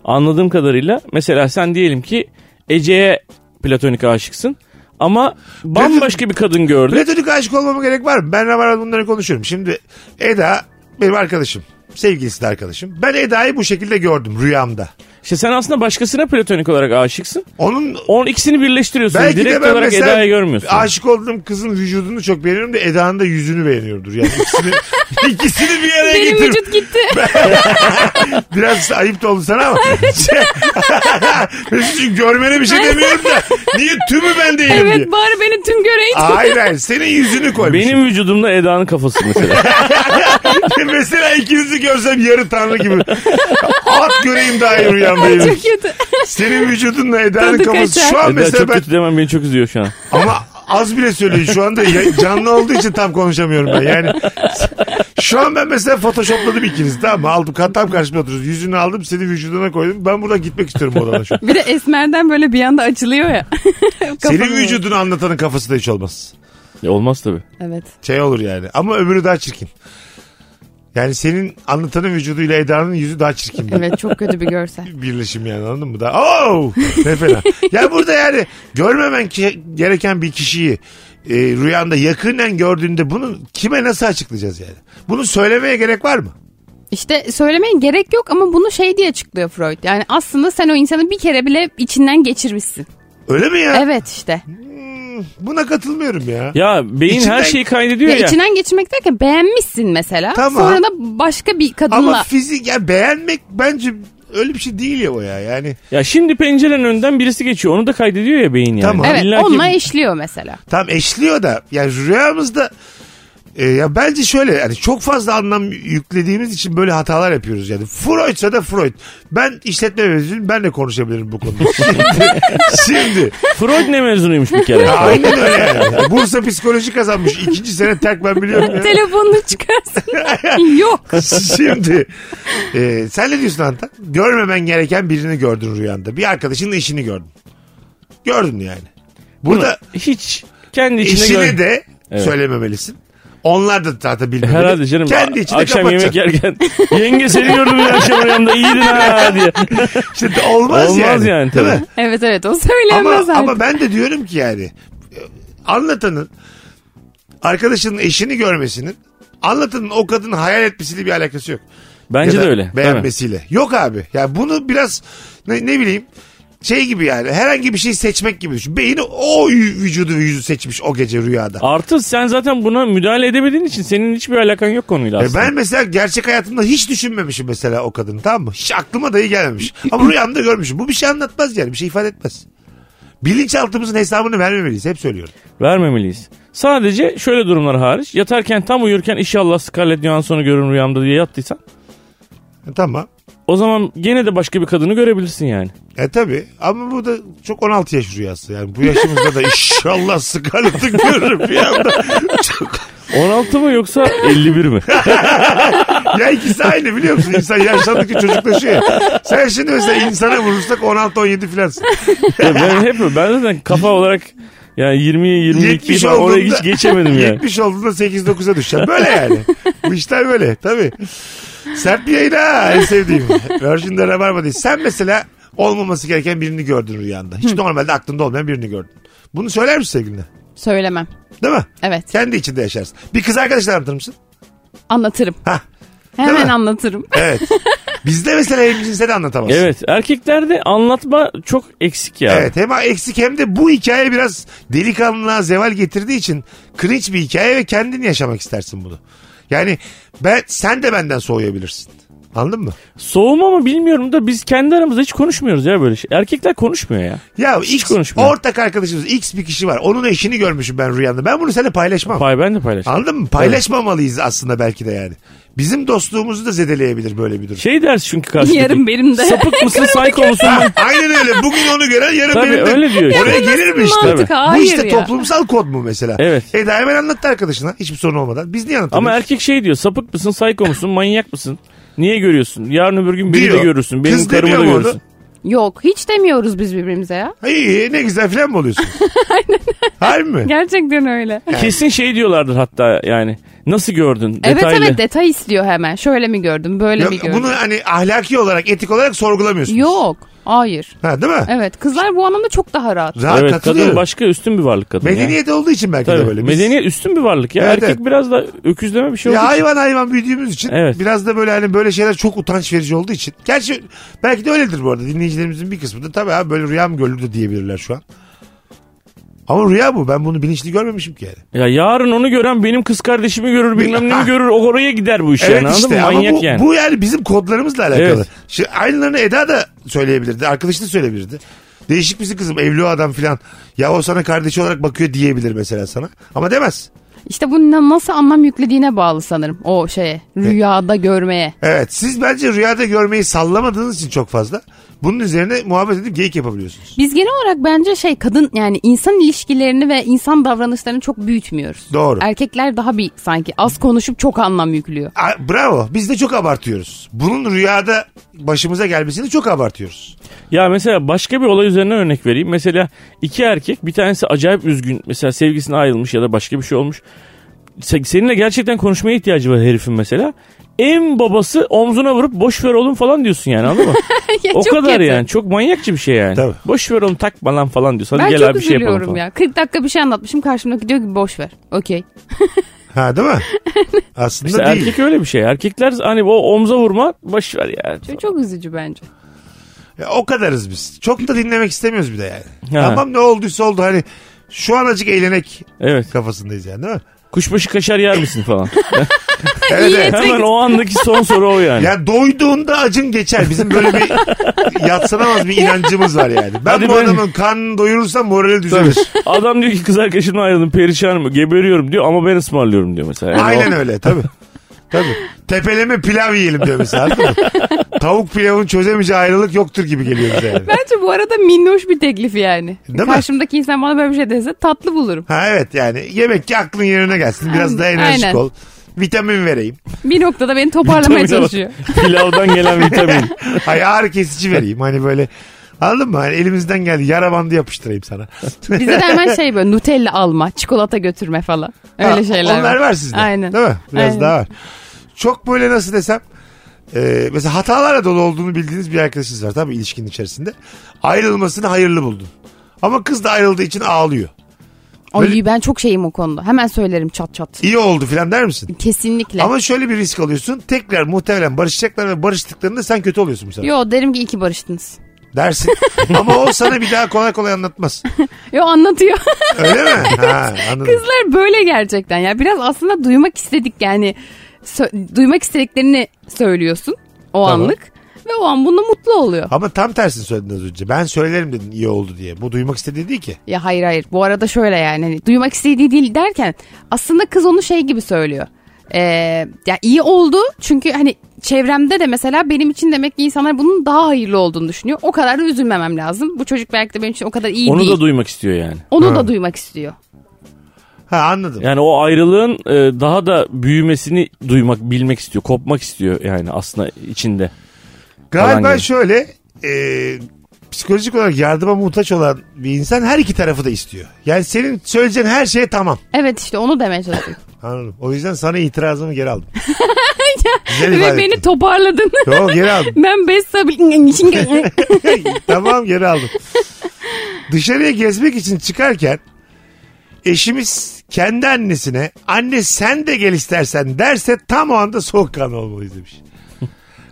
Speaker 5: anladığım kadarıyla mesela sen diyelim ki Ece'ye platonik aşıksın ama bambaşka bir kadın gördün.
Speaker 3: Platonik aşık olmama gerek var mı? Ben Rabarba bunları konuşuyorum. Şimdi Eda benim arkadaşım. Sevgilisi de arkadaşım. Ben Eda'yı bu şekilde gördüm rüyamda.
Speaker 5: İşte sen aslında başkasına platonik olarak aşıksın.
Speaker 3: Onun
Speaker 5: On ikisini birleştiriyorsun.
Speaker 3: belki de
Speaker 5: Direkt
Speaker 3: ben
Speaker 5: olarak
Speaker 3: mesela
Speaker 5: Eda'yı görmüyorsun.
Speaker 3: aşık olduğum kızın vücudunu çok beğeniyorum da Eda'nın da yüzünü beğeniyordur. Yani
Speaker 5: (laughs)
Speaker 3: ikisini, ikisini bir araya
Speaker 4: Benim
Speaker 3: getir.
Speaker 4: vücut (laughs) gitti.
Speaker 3: (laughs) Biraz ayıp da oldu sana
Speaker 5: (laughs)
Speaker 3: ama. Mesut'cum görmene bir şey demiyorum da. Niye tümü ben değilim diye.
Speaker 4: evet bari benim tüm göreydin.
Speaker 3: Hayır hayır senin yüzünü koymuşum.
Speaker 5: Benim vücudumda
Speaker 3: (laughs)
Speaker 5: Eda'nın kafası mesela.
Speaker 3: Mesela ikinizi görsem yarı tanrı gibi. At göreyim daha iyi rüyamdayım.
Speaker 4: Çok kötü. (laughs)
Speaker 3: Senin vücudunla Eda'nın
Speaker 4: Tadı
Speaker 3: kafası
Speaker 4: kaçar.
Speaker 3: şu an
Speaker 5: Eda
Speaker 3: mesela
Speaker 5: çok
Speaker 3: ben
Speaker 5: kötü demem beni çok üzüyor şu an.
Speaker 3: ama az bile söylüyor şu anda Ya- canlı olduğu için tam konuşamıyorum ben yani şu an ben mesela photoshopladım ikinizi tamam mı aldım Ka- tam karşımda oturuyoruz yüzünü aldım seni vücuduna koydum ben buradan gitmek istiyorum odana
Speaker 4: (laughs)
Speaker 3: şu an.
Speaker 4: Bir de esmerden böyle bir anda açılıyor ya. (laughs)
Speaker 3: senin
Speaker 4: Kafanı-
Speaker 3: vücudunu anlatanın kafası da hiç olmaz
Speaker 5: E, olmaz tabii.
Speaker 4: Evet.
Speaker 3: şey olur yani ama öbürü daha çirkin yani senin anlatanın vücuduyla Eda'nın yüzü daha çirkin
Speaker 4: Evet çok kötü bir görsel.
Speaker 3: birleşim yani anladın mı? Daha, oh! Ne fena. ya burada yani görmemen ki, gereken bir kişiyi e, rüyanda yakından gördüğünde bunu kime nasıl açıklayacağız yani? Bunu söylemeye gerek var mı?
Speaker 4: İşte söylemeye gerek yok ama bunu şey diye açıklıyor Freud. Yani aslında sen o insanı bir kere bile içinden geçirmişsin.
Speaker 3: Öyle mi ya?
Speaker 4: Evet işte.
Speaker 3: Hmm, Buna katılmıyorum ya.
Speaker 5: Ya beyin
Speaker 3: İçinden-
Speaker 5: her şeyi kaydediyor
Speaker 4: Ya
Speaker 5: ya.
Speaker 4: içinden geçirmek derken beğenmişsin mesela.
Speaker 3: Tamam.
Speaker 4: Sonra da başka bir
Speaker 3: Ama
Speaker 4: kadınla.
Speaker 3: fizik ya beğenmek bence öyle bir şey değil ya o ya yani.
Speaker 5: Ya şimdi pencerenin önünden birisi geçiyor. Onu da kaydediyor ya beyin yani.
Speaker 3: Tamam.
Speaker 4: evet
Speaker 5: İlla ki-
Speaker 4: onunla eşliyor mesela.
Speaker 3: Tam eşliyor da yani rüyamızda e, ya bence şöyle yani çok fazla anlam yüklediğimiz için böyle hatalar yapıyoruz yani. Freud'sa da Freud. Ben işletme mezunuyum ben de konuşabilirim bu konuda. Şimdi, şimdi
Speaker 5: Freud ne mezunuymuş bir kere.
Speaker 3: aynen öyle yani. Bursa psikoloji kazanmış. ikinci sene tek ben biliyorum ya. (laughs)
Speaker 4: Telefonunu çıkarsın. yok.
Speaker 3: Şimdi e, sen ne diyorsun Anta? Görmemen gereken birini gördün rüyanda. Bir arkadaşının işini gördün. Gördün yani. Burada
Speaker 5: Hiç kendi içinde
Speaker 3: İşini
Speaker 5: gör-
Speaker 3: de
Speaker 5: Evet.
Speaker 3: söylememelisin. Onlar da zaten bilmemeli.
Speaker 5: Herhalde canım.
Speaker 3: Kendi içinde
Speaker 5: akşam yemek
Speaker 3: kapatacaksın.
Speaker 5: yerken yenge seni gördüm ya akşam rüyamda iyiydin ha diye.
Speaker 3: İşte olmaz,
Speaker 5: Olmaz
Speaker 3: yani.
Speaker 5: yani
Speaker 3: Değil
Speaker 5: tabii.
Speaker 3: mi?
Speaker 4: Evet evet o söylenmez
Speaker 3: Ama,
Speaker 4: artık.
Speaker 3: ama ben de diyorum ki yani e, anlatanın arkadaşının eşini görmesinin anlatanın o kadının hayal etmesiyle bir alakası yok.
Speaker 5: Bence
Speaker 3: Ya da
Speaker 5: de öyle. Tabii.
Speaker 3: Beğenmesiyle. Yok abi. Yani bunu biraz ne, ne bileyim şey gibi yani herhangi bir şey seçmek gibi düşün. Beyni o yü- vücudu ve yüzü seçmiş o gece rüyada.
Speaker 5: Artı sen zaten buna müdahale edemediğin için senin hiçbir alakan yok konuyla
Speaker 3: E
Speaker 5: aslında.
Speaker 3: ben mesela gerçek hayatımda hiç düşünmemişim mesela o kadını tamam mı? Hiç aklıma dahi gelmemiş. Ama rüyamda görmüşüm. Bu bir şey anlatmaz yani bir şey ifade etmez. Bilinçaltımızın hesabını vermemeliyiz hep söylüyorum.
Speaker 5: Vermemeliyiz. Sadece şöyle durumlar hariç. Yatarken tam uyurken inşallah Scarlett Johansson'u görün rüyamda diye yattıysan.
Speaker 3: E, tamam.
Speaker 5: O zaman gene de başka bir kadını görebilirsin yani.
Speaker 3: E tabi ama bu da çok 16 yaş rüyası. Yani bu yaşımızda da inşallah sıkarlıklı görürüm bir anda. Çok...
Speaker 5: 16 mı yoksa
Speaker 3: (laughs)
Speaker 5: 51 mi?
Speaker 3: Ya ikisi aynı biliyor musun? İnsan yaşlandıkça çocuklaşıyor ya. Sen şimdi mesela insana vurursak 16-17 filansın.
Speaker 5: Ya ben hep ben zaten kafa olarak yani 20 22
Speaker 3: 70
Speaker 5: falan oraya hiç
Speaker 3: olduğunda-
Speaker 5: geçemedim yani.
Speaker 3: 70 olduğunda 8-9'a düşeceğim. Böyle yani. Bu işler böyle tabii. Sert bir yayın ha. En sevdiğim. Virgin'de Rabarba değil. Sen mesela olmaması gereken birini gördün rüyanda. Hiç normalde aklında olmayan birini gördün. Bunu söyler misin sevgiline?
Speaker 4: Söylemem.
Speaker 3: Değil mi?
Speaker 4: Evet.
Speaker 3: Kendi içinde yaşarsın. Bir kız arkadaşla anlatır mısın?
Speaker 4: Anlatırım.
Speaker 3: Hah.
Speaker 4: Hemen
Speaker 3: mi?
Speaker 4: anlatırım. (laughs)
Speaker 3: Evet. Bizde mesela hemcinseli anlatamazsın.
Speaker 5: Evet erkeklerde anlatma çok eksik ya.
Speaker 3: Evet hem eksik hem de bu hikaye biraz delikanlılığa zeval getirdiği için cringe bir hikaye ve kendin yaşamak istersin bunu. Yani ben sen de benden soğuyabilirsin. Anladın mı?
Speaker 5: Soğuma mı bilmiyorum da biz kendi aramızda hiç konuşmuyoruz ya böyle şey. Erkekler konuşmuyor ya.
Speaker 3: Ya
Speaker 5: Hiç
Speaker 3: X,
Speaker 5: konuşmuyor.
Speaker 3: ortak arkadaşımız X bir kişi var. Onun eşini görmüşüm ben rüyamda. Ben bunu seninle paylaşmam.
Speaker 5: Pay ben de paylaş.
Speaker 3: Anladın mı? Paylaşmamalıyız aslında belki de yani. Bizim dostluğumuzu da zedeleyebilir böyle bir durum.
Speaker 5: Şey dersin çünkü karşıdaki.
Speaker 4: Yarın benim de.
Speaker 5: Sapık mısın sayko musun?
Speaker 3: Ha, Aynen öyle. Bugün onu gören yarın
Speaker 5: Tabii,
Speaker 3: benim de-
Speaker 5: öyle diyor işte.
Speaker 3: Oraya gelir mi işte?
Speaker 4: mantık? Hayır
Speaker 3: Bu işte
Speaker 4: ya.
Speaker 3: toplumsal kod mu mesela?
Speaker 5: Evet.
Speaker 3: E daha hemen anlattı arkadaşına hiçbir sorun olmadan. Biz niye anlatıyoruz?
Speaker 5: (laughs) Ama erkek şey diyor sapık mısın sayko musun manyak mısın? Niye görüyorsun? Yarın öbür gün beni
Speaker 3: Diyor.
Speaker 5: de görürsün. Benim
Speaker 3: Kız
Speaker 5: karımı da
Speaker 3: demiyor mu onu?
Speaker 5: görürsün.
Speaker 4: Yok hiç demiyoruz biz birbirimize ya.
Speaker 3: Ay, ne güzel falan mı
Speaker 4: (laughs)
Speaker 3: oluyorsun? Harbi mi?
Speaker 4: Gerçekten öyle.
Speaker 5: Kesin şey diyorlardır hatta yani. Nasıl gördün?
Speaker 4: Evet
Speaker 5: Detaylı.
Speaker 4: evet detay istiyor hemen. Şöyle mi gördüm böyle
Speaker 3: Ya
Speaker 4: mi gördüm?
Speaker 3: bunu hani ahlaki olarak, etik olarak sorgulamıyorsun.
Speaker 4: Yok hayır.
Speaker 3: Ha, değil mi?
Speaker 4: Evet kızlar bu anlamda çok daha rahat.
Speaker 3: Rahat
Speaker 5: evet
Speaker 3: katılıyorum.
Speaker 5: kadın başka üstün bir varlık kadın ya.
Speaker 3: Medeniyet olduğu için belki
Speaker 5: Tabii.
Speaker 3: de böyle. Biz-
Speaker 5: Medeniyet üstün bir varlık ya.
Speaker 3: Evet,
Speaker 5: Erkek
Speaker 3: evet.
Speaker 5: biraz da öküzleme bir şey
Speaker 3: Ya
Speaker 5: olduğu için.
Speaker 3: hayvan hayvan büyüdüğümüz için
Speaker 5: Evet.
Speaker 3: biraz da böyle hani böyle şeyler çok utanç verici olduğu için. Gerçi belki de öyledir bu arada dinleyicilerimizin bir kısmı da tabii abi böyle rüya mı görüldü diyebilirler şu an. Ama rüya bu ben bunu bilinçli görmemişim ki yani.
Speaker 5: Ya yarın onu gören benim kız kardeşimi görür bilmem ne
Speaker 3: (laughs)
Speaker 5: mi
Speaker 3: Ha.
Speaker 5: görür o oraya gider bu iş yani Şey, anladın mı?
Speaker 3: ama
Speaker 5: Manyak
Speaker 3: bu,
Speaker 5: yani.
Speaker 3: bu yani bizim kodlarımızla alakalı.
Speaker 5: Evet.
Speaker 3: Şimdi aynılarını Eda da söyleyebilirdi arkadaşı da söyleyebilirdi. Değişik birisi kızım evli o adam filan. Ya o sana kardeşi olarak bakıyor diyebilir mesela sana. Ama demez.
Speaker 4: İşte bu na- nasıl anlam yüklediğine bağlı sanırım o şeye. Rüyada görmeye.
Speaker 3: Evet siz bence rüyada görmeyi sallamadığınız için çok fazla. Bunun üzerine muhabbet edip geyik yapabiliyorsunuz.
Speaker 4: Biz genel olarak bence şey kadın yani insan ilişkilerini ve insan davranışlarını çok büyütmüyoruz.
Speaker 3: Doğru.
Speaker 4: Erkekler daha bir sanki az konuşup çok anlam yüklüyor.
Speaker 3: A- Bravo. Biz de çok abartıyoruz. Bunun rüyada başımıza gelmesini çok abartıyoruz.
Speaker 5: Ya mesela başka bir olay üzerine örnek vereyim. Mesela iki erkek bir tanesi acayip üzgün. Mesela sevgisine ayrılmış ya da başka bir şey olmuş. Se- Seninle gerçekten konuşmaya ihtiyacı var herifin mesela. En babası omzuna vurup boş ver oğlum falan diyorsun
Speaker 3: (laughs)
Speaker 5: yani anladın mı?
Speaker 4: (laughs) Ya
Speaker 5: o
Speaker 4: çok
Speaker 5: kadar
Speaker 4: kötü.
Speaker 5: yani çok manyakça bir şey yani.
Speaker 3: Tabii.
Speaker 5: Boş ver oğlum takma lan falan diyorsun. Hadi
Speaker 4: Ben
Speaker 5: gel
Speaker 4: çok
Speaker 5: abi bir şey yapalım
Speaker 4: üzülüyorum
Speaker 5: falan.
Speaker 4: ya. 40 dakika bir şey anlatmışım karşımdaki diyor ki boş ver. Okey.
Speaker 3: Ha değil mi? Aslında
Speaker 5: İşte
Speaker 3: değil.
Speaker 5: erkek öyle bir şey. Erkekler hani o omza vurma boş ver ya.
Speaker 4: Çok- Çok üzücü bence.
Speaker 3: Ya, o kadarız biz. Çok da dinlemek istemiyoruz bir de yani.
Speaker 5: Ha.
Speaker 3: Tamam ne olduysa oldu hani şu an acık eğlenek
Speaker 5: Evet.
Speaker 3: kafasındayız yani değil mi?
Speaker 5: Kuşbaşı kaşar yer
Speaker 4: (laughs)
Speaker 5: misin falan.
Speaker 3: Evet, evet.
Speaker 5: Hemen o andaki son soru o yani.
Speaker 3: Ya doyduğunda acın geçer. Bizim böyle
Speaker 4: (laughs)
Speaker 3: bir yatsınamaz bir inancımız var yani. Ben
Speaker 5: Hadi
Speaker 3: bu
Speaker 5: ben-
Speaker 3: adamın kanını doyurursam morali düzelir.
Speaker 5: Adam diyor ki kız arkadaşımla ayrıldım perişanım geberiyorum diyor ama ben ısmarlıyorum diyor mesela. Yani
Speaker 3: Aynen
Speaker 5: o-
Speaker 3: öyle tabii. Tabii. Tepeleme pilav yiyelim diyor mesela. anladın mı? Tavuk pilavın çözemeyeceği ayrılık yoktur gibi geliyor bize yani.
Speaker 4: (laughs) Bence bu arada minnoş bir teklif yani.
Speaker 3: Değil mi?
Speaker 4: Karşımdaki insan bana böyle bir şey dese tatlı bulurum.
Speaker 3: Ha evet yani yemek ki aklın yerine gelsin. Biraz daha enerjik
Speaker 4: Aynen.
Speaker 3: ol. Vitamin vereyim.
Speaker 4: Bir noktada
Speaker 5: (laughs)
Speaker 4: beni toparlamaya
Speaker 5: Vitamine bak.
Speaker 4: çalışıyor.
Speaker 5: Pilavdan gelen vitamin.
Speaker 3: (laughs) Ay ağrı kesici vereyim. Hani böyle anladın mı? Hani elimizden geldi. Yara bandı yapıştırayım sana. (laughs)
Speaker 4: Bize de hemen şey böyle Nutella alma, çikolata götürme falan. Öyle
Speaker 3: Ha,
Speaker 4: şeyler
Speaker 3: Onlar var, sizde.
Speaker 4: Aynen.
Speaker 3: Değil mi? Biraz
Speaker 4: Aynen.
Speaker 3: daha var. Çok böyle nasıl desem e, mesela hatalarla dolu olduğunu bildiğiniz bir arkadaşınız var tabii ilişkinin içerisinde. Ayrılmasını hayırlı buldun. Ama kız da ayrıldığı için ağlıyor.
Speaker 4: Ay
Speaker 3: Böyle-
Speaker 4: ben çok şeyim o konuda. Hemen söylerim çat çat.
Speaker 3: İyi oldu filan der misin?
Speaker 4: Kesinlikle.
Speaker 3: Ama şöyle bir risk alıyorsun. Tekrar muhtemelen barışacaklar ve barıştıklarında sen kötü oluyorsun bu sefer.
Speaker 4: Yo derim ki iyi ki barıştınız.
Speaker 3: Dersin. Ama o sana bir daha kolay kolay
Speaker 4: (laughs)
Speaker 3: anlatmaz.
Speaker 4: Yo anlatıyor. (laughs)
Speaker 3: Öyle mi? Ha, anladım.
Speaker 4: Kızlar böyle gerçekten ya. Biraz aslında duymak istedik yani. Sö- duymak istediklerini söylüyorsun o
Speaker 3: Tamam.
Speaker 4: anlık. Ve o an bunda mutlu oluyor.
Speaker 3: Ama tam tersini söyledin az önce. Ben söylerim dedin iyi oldu diye. Bu duymak istediği değil ki.
Speaker 4: Ya hayır hayır bu arada şöyle yani hani duymak istediği değil derken aslında kız onu şey gibi söylüyor. Ee, ya iyi oldu çünkü hani çevremde de mesela benim için demek ki insanlar bunun daha hayırlı olduğunu düşünüyor. O kadar da üzülmemem lazım. Bu çocuk belki de benim için o kadar iyi
Speaker 5: Onu
Speaker 4: değil.
Speaker 5: da duymak istiyor yani.
Speaker 4: Onu
Speaker 3: Ha.
Speaker 4: da duymak istiyor.
Speaker 3: Ha anladım.
Speaker 5: Yani o ayrılığın e, daha da büyümesini duymak, bilmek istiyor, kopmak istiyor yani aslında içinde.
Speaker 3: Galiba
Speaker 5: falan gibi.
Speaker 3: şöyle e, psikolojik olarak yardıma muhtaç olan bir insan her iki tarafı da istiyor. Yani senin söyleyeceğin her şeye tamam.
Speaker 4: Evet işte onu demeye
Speaker 5: (laughs)
Speaker 4: çalışıyorum.
Speaker 3: Anladım. O yüzden sana itirazımı geri
Speaker 4: (laughs)
Speaker 3: aldım. Güzel ifade
Speaker 4: Ve beni
Speaker 3: ettin.
Speaker 4: toparladın. (laughs)
Speaker 3: Yok geri aldım.
Speaker 4: ben 5 sabit.
Speaker 3: (laughs) tamam geri aldım. Dışarıya gezmek için çıkarken eşimiz kendi annesine anne sen de gel istersen derse tam o anda soğukkanlı olmalıyız demiş.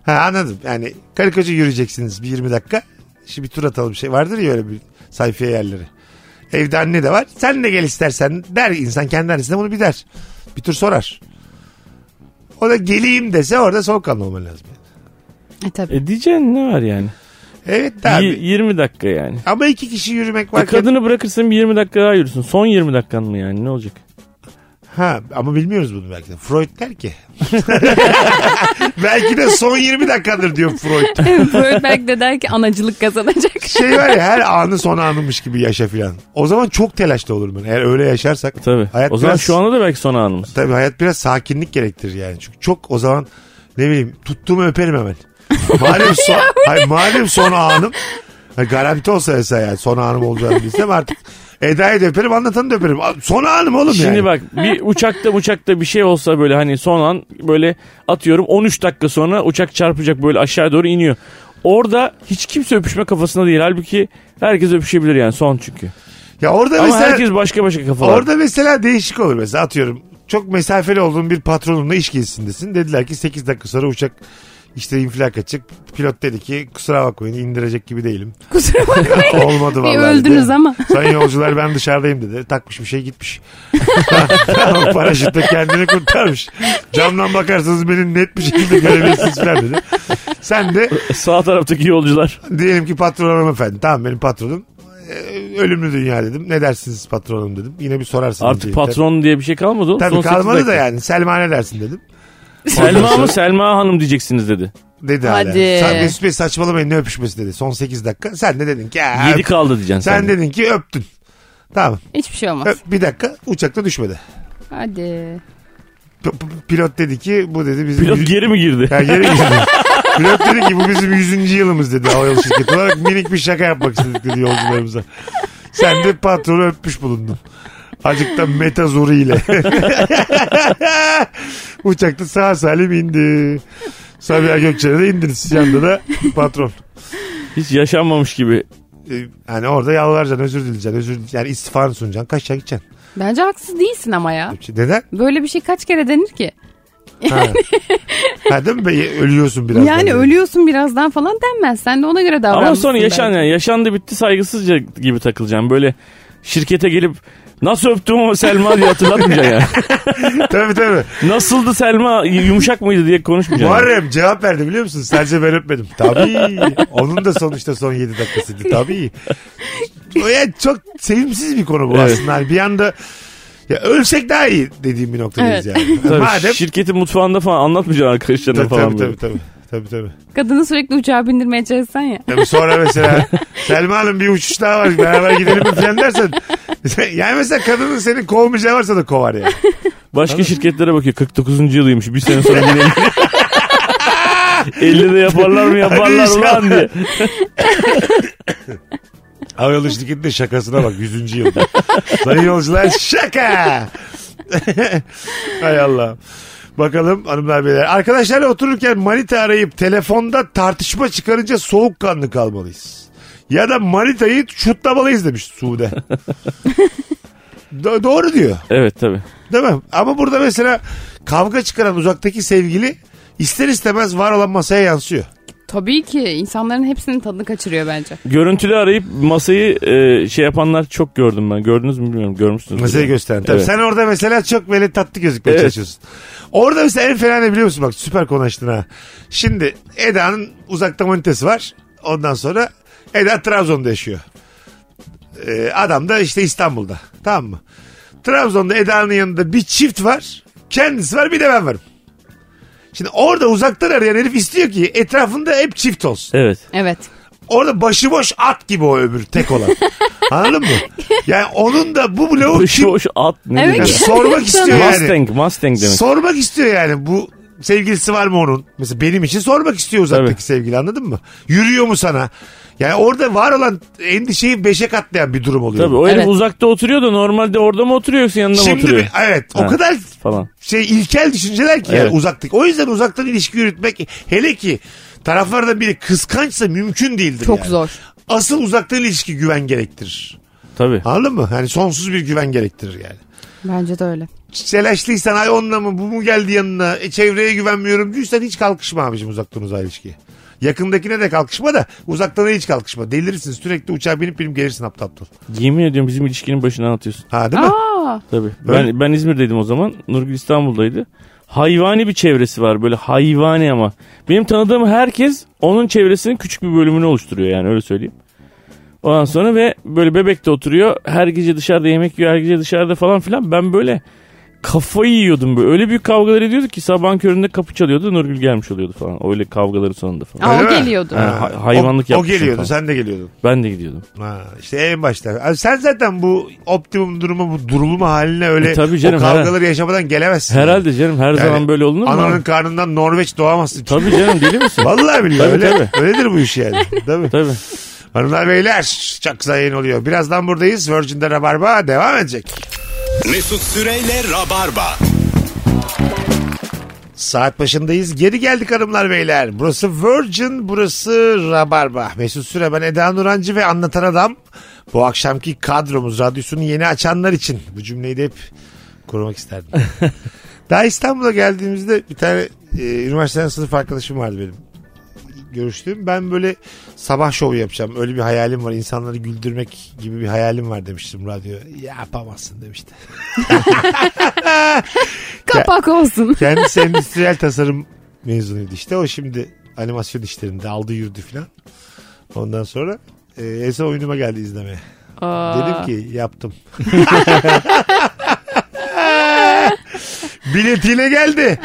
Speaker 3: ha anladım. Yani karı koca yürüyeceksiniz bir 20 dakika. Şimdi bir tur atalım bir şey vardır ya öyle bir sayfiye yerleri. Evde anne de var. Sen de gel istersen der insan kendi annesine bunu bir der. Bir tur sorar. O da geleyim dese orada soğukkanlı olman lazım.
Speaker 4: (laughs) E
Speaker 5: (laughs)
Speaker 4: tabii.
Speaker 5: E diyeceğin ne var yani?
Speaker 3: Evet de abi.
Speaker 5: Y- 20 dakika yani.
Speaker 3: Ama iki kişi yürümek
Speaker 5: E
Speaker 3: varken...
Speaker 5: kadını bırakırsın bir 20 dakika daha yürüsün. Son 20 dakikan mı yani ne olacak?
Speaker 3: Ha ama bilmiyoruz bunu belki de. Freud der ki. (laughs) belki de son 20 dakikadır diyor Freud.
Speaker 4: Freud belki de der ki anacılık kazanacak. (laughs)
Speaker 3: Şey var ya her anı son anıymış gibi yaşa filan. O zaman çok telaşlı olurum ben. Eğer öyle yaşarsak.
Speaker 5: Tabii.
Speaker 3: Hayat
Speaker 5: o zaman
Speaker 3: biraz-
Speaker 5: şu anda da belki son anımız.
Speaker 3: Tabii hayat biraz sakinlik gerektirir yani. Çünkü çok o zaman ne bileyim tuttuğumu öperim hemen. Malum son, hayır, malum son anım. Hayır, Garanti olsa mesela yani son anım olacağını bilsem artık Eda'yı da öperim anlatanı da öperim. Son anım oğlum
Speaker 5: Şimdi
Speaker 3: yani.
Speaker 5: bak bir uçakta uçakta bir şey olsa böyle hani son an böyle atıyorum 13 dakika sonra uçak çarpacak böyle aşağı doğru iniyor. Orada hiç kimse öpüşme kafasında değil. Halbuki herkes öpüşebilir yani son çünkü.
Speaker 3: Ya orada
Speaker 5: Ama
Speaker 3: mesela...
Speaker 5: herkes başka başka kafalar.
Speaker 3: Orada mesela değişik olur mesela atıyorum çok mesafeli olduğun bir patronunla iş gezisindesin. Dediler ki 8 dakika sonra uçak işte infilak edecek. Pilot dedi ki kusura bakmayın indirecek gibi
Speaker 4: (laughs)
Speaker 3: değilim.
Speaker 4: Kusura bakma.
Speaker 3: Olmadı vallahi.
Speaker 4: E,
Speaker 3: dedi.
Speaker 4: öldünüz ama.
Speaker 3: Sayın yolcular ben dışarıdayım dedi. Takmış bir şey gitmiş. (laughs) Tamam, Paraşütle kendini kurtarmış. Camdan bakarsanız beni net bir şekilde görebilirsiniz falan dedi. Sen de
Speaker 5: E, Sağ taraftaki yolcular.
Speaker 3: diyelim ki patron hanımefendi. Tamam benim patronum. Ee, Ölümlü dünya dedim. Ne dersiniz patronum dedim. Yine bir sorarsınız.
Speaker 5: Artık
Speaker 3: diye.
Speaker 5: patron diye bir şey kalmadı oğlum.
Speaker 3: Tabii
Speaker 5: Son sekiz
Speaker 3: kalmadı
Speaker 5: dakika.
Speaker 3: da yani. Selma ne dersin dedim.
Speaker 5: Selma mı Selma Hanım diyeceksiniz dedi.
Speaker 3: Dedi hala.
Speaker 4: Hadi.
Speaker 3: Sa- Mesut Bey saçmalamayın ne öpüşmesi dedi. Son 8 dakika. Sen de dedin ki. "Ha,
Speaker 5: 7
Speaker 3: öp-
Speaker 5: kaldı diyeceksin
Speaker 3: sen
Speaker 5: sen. de.
Speaker 3: dedin ki öptün. Tamam.
Speaker 4: Hiçbir şey olmaz.
Speaker 3: Öp, bir dakika uçakta düşmedi.
Speaker 4: Hadi.
Speaker 3: P- p- pilot dedi ki bu dedi bizim...
Speaker 5: Pilot
Speaker 3: yüz-
Speaker 5: geri mi girdi?
Speaker 3: Ya geri girdi. Pilot dedi ki bu bizim 100. yılımız dedi havayolu şirketi olarak minik bir şaka yapmak istedik dedi yolcularımıza. Sen de patronu öpmüş bulundun. Azıcık da metazoru ile. (laughs) Uçakta sağ salim indi. Sabiha Gökçen'e de indiniz. Yanında da patron.
Speaker 5: Hiç yaşanmamış gibi.
Speaker 3: Ee, Yani orada yalvaracaksın, özür dileyeceksin, özür dileyeceksin. Yani istifanı sunacaksın, kaçacaksın gideceksin.
Speaker 4: Bence haksız değilsin ama ya.
Speaker 3: Neden?
Speaker 4: Böyle bir şey kaç kere denir ki?
Speaker 3: Ha. ha değil mi? Be- Ölüyorsun biraz.
Speaker 4: yani
Speaker 3: böyle.
Speaker 4: ölüyorsun birazdan falan denmez. Sen de ona göre davranmışsın.
Speaker 5: Ama sonra yaşan
Speaker 4: bence.
Speaker 5: yani yaşandı bitti saygısızca gibi takılacaksın. Böyle şirkete gelip nasıl öptüm o Selma diye hatırlatmayacaksın
Speaker 4: (laughs)
Speaker 5: yani.
Speaker 3: tabii tabii.
Speaker 5: Nasıldı Selma yumuşak mıydı diye konuşmayacaksın.
Speaker 3: Muharrem cevap verdi biliyor musun? Sadece ben öpmedim. Tabii. Onun da sonuçta son 7 dakikasıydı. Tabii. O yani çok sevimsiz bir konu bu
Speaker 5: Evet.
Speaker 3: aslında. Hani bir anda ya ölsek daha iyi dediğim bir noktadayız
Speaker 4: Evet.
Speaker 3: yani.
Speaker 5: Tabii,
Speaker 3: Madem
Speaker 5: Şirketin mutfağında falan anlatmayacaksın arkadaşlarına
Speaker 3: tabii
Speaker 5: falan.
Speaker 3: tabii,
Speaker 5: böyle.
Speaker 3: tabii tabii. Tabii tabii.
Speaker 4: Kadını sürekli uçağa bindirmeye çalışsan ya.
Speaker 3: Tabii sonra mesela Selma Hanım bir uçuş daha var beraber gidelim mi falan dersen. (laughs) Yani mesela kadının seni kovmayacağı varsa da kovar yani.
Speaker 5: Başka şirketlere bakıyor 49. yılıymış bir sene sonra yine (laughs) 50'de yaparlar mı yaparlar
Speaker 3: Hadi
Speaker 5: ulan diye.
Speaker 3: Havayolu şirketinin de şakasına bak 100. yılda. Sayın yolcular şaka. Hay Allah. Bakalım hanımlar beyler. Arkadaşlarla otururken manita arayıp telefonda tartışma çıkarınca soğukkanlı kalmalıyız. Ya da manitayı şutlamalıyız demiş Sude. Do- doğru diyor.
Speaker 5: Evet tabii.
Speaker 3: Değil mi? Ama burada mesela kavga çıkaran uzaktaki sevgili ister istemez var olan masaya yansıyor.
Speaker 4: Tabii ki insanların hepsinin tadını kaçırıyor bence.
Speaker 5: Görüntülü arayıp masayı e, şey yapanlar çok gördüm ben. Gördünüz mü bilmiyorum. Görmüşsünüz.
Speaker 3: Masayı gösteren. Tabii
Speaker 5: Evet.
Speaker 3: sen orada mesela çok böyle tatlı gözükmeye
Speaker 5: Evet.
Speaker 3: çalışıyorsun. Orada mesela en fena ne biliyor musun? Bak süper konuştun ha. Şimdi Eda'nın uzakta manitesi var. Ondan sonra Eda Trabzon'da yaşıyor. Ee, adam da işte İstanbul'da. Tamam mı? Trabzon'da Eda'nın yanında bir çift var. Kendisi var bir de ben varım. Şimdi orada uzaktan arayan herif istiyor ki etrafında hep çift olsun.
Speaker 5: Evet.
Speaker 4: Evet.
Speaker 3: Orada başıboş at gibi o öbür tek
Speaker 5: (laughs)
Speaker 3: olan. Anladın mı? Yani onun da bu bloğu
Speaker 5: Başı
Speaker 3: kim
Speaker 5: boş at ne
Speaker 4: Evet.
Speaker 5: demek?
Speaker 3: Yani
Speaker 5: (laughs)
Speaker 3: sormak istiyor yani.
Speaker 5: Mustang, Mustang demek.
Speaker 3: Sormak istiyor yani bu sevgilisi var mı onun? Mesela benim için sormak istiyor uzaktaki
Speaker 5: Tabii.
Speaker 3: sevgili anladın mı? Yürüyor mu sana? Yani orada var olan endişeyi beşe katlayan bir durum oluyor.
Speaker 5: Tabii o herif
Speaker 4: Evet.
Speaker 5: uzakta oturuyor da normalde orada mı oturuyor yoksa yanında mı
Speaker 3: Şimdi
Speaker 5: oturuyor?
Speaker 3: bir- evet o
Speaker 5: Ha.
Speaker 3: kadar
Speaker 5: Falan.
Speaker 3: şey ilkel düşünceler ki yani
Speaker 5: Evet.
Speaker 3: uzaklık. O yüzden uzaktan ilişki yürütmek hele ki taraflardan biri kıskançsa mümkün değildir.
Speaker 4: Çok
Speaker 3: yani.
Speaker 4: zor.
Speaker 3: Asıl uzaktan ilişki güven gerektirir.
Speaker 5: Tabii.
Speaker 3: Anladın mı? Hani sonsuz bir güven gerektirir yani.
Speaker 4: Bence de öyle.
Speaker 3: Selaşlıysan ay onunla mı bu mu geldi yanına e, çevreye güvenmiyorum diyorsan hiç kalkışma abicim uzaktan uzağa ilişki. Yakındakine de kalkışma da uzaktana hiç kalkışma. Delirirsin sürekli uçağa binip binip gelirsin aptal aptal.
Speaker 5: Yemin ediyorum bizim ilişkinin başından atıyorsun.
Speaker 3: Ha değil mi?
Speaker 4: Aa,
Speaker 5: Tabii.
Speaker 3: Öyle.
Speaker 5: Ben ben İzmir'deydim o zaman. Nurgül İstanbul'daydı. Hayvani bir çevresi var böyle hayvani ama. Benim tanıdığım herkes onun çevresinin küçük bir bölümünü oluşturuyor yani öyle söyleyeyim. Ondan sonra ve böyle bebekte oturuyor. Her gece dışarıda yemek yiyor, her gece dışarıda falan filan. Ben böyle kafayı yiyordum böyle. Öyle büyük kavgalar ediyorduk ki sabahın köründe kapı çalıyordu. Nurgül gelmiş oluyordu falan. Öyle kavgaların sonunda falan.
Speaker 4: Aa,
Speaker 3: Öyle
Speaker 4: o
Speaker 3: mi?
Speaker 4: geliyordu.
Speaker 5: Ha. hay- hayvanlık
Speaker 3: o, o
Speaker 5: yapmışsın
Speaker 3: geliyordu
Speaker 5: falan.
Speaker 3: sen de geliyordun.
Speaker 5: Ben de gidiyordum.
Speaker 3: Ha, işte en başta. Abi sen zaten bu optimum duruma bu durulma haline öyle
Speaker 5: E tabii canım,
Speaker 3: o kavgaları yaşamadan gelemezsin.
Speaker 5: Herhalde canım her zaman böyle olunur mu?
Speaker 3: Ananın karnından Norveç doğamazsın.
Speaker 5: Tabii canım deli misin?
Speaker 3: Vallahi biliyor.
Speaker 5: Tabii,
Speaker 3: öyle,
Speaker 5: tabii.
Speaker 3: Öyledir bu iş yani. Tabii.
Speaker 5: Tabii.
Speaker 3: Hanımlar beyler çok güzel yayın oluyor. Birazdan buradayız. Virgin'de Rabarba devam edecek.
Speaker 2: Mesut Süreyle Rabarba.
Speaker 3: Saat başındayız. Geri geldik hanımlar beyler. Burası Virgin, burası Rabarba. Mesut Süre, ben Eda Nurancı ve Anlatan Adam. Bu akşamki kadromuz, radyosunu yeni açanlar için. Bu cümleyi de hep korumak isterdim. Daha İstanbul'a geldiğimizde bir tane e, üniversiteden sınıf arkadaşım vardı benim. Görüştüğüm. Ben böyle sabah şovu yapacağım. Öyle bir hayalim var. İnsanları güldürmek gibi bir hayalim var demiştim radyo. Yapamazsın demişti.
Speaker 4: Kapak olsun.
Speaker 3: Kendisi endüstriyel tasarım mezunuydu işte. O şimdi animasyon işlerinde aldı yürüdü filan. Ondan sonra e, en son oyunuma geldi izlemeye. Dedim ki yaptım. Biletiyle geldi.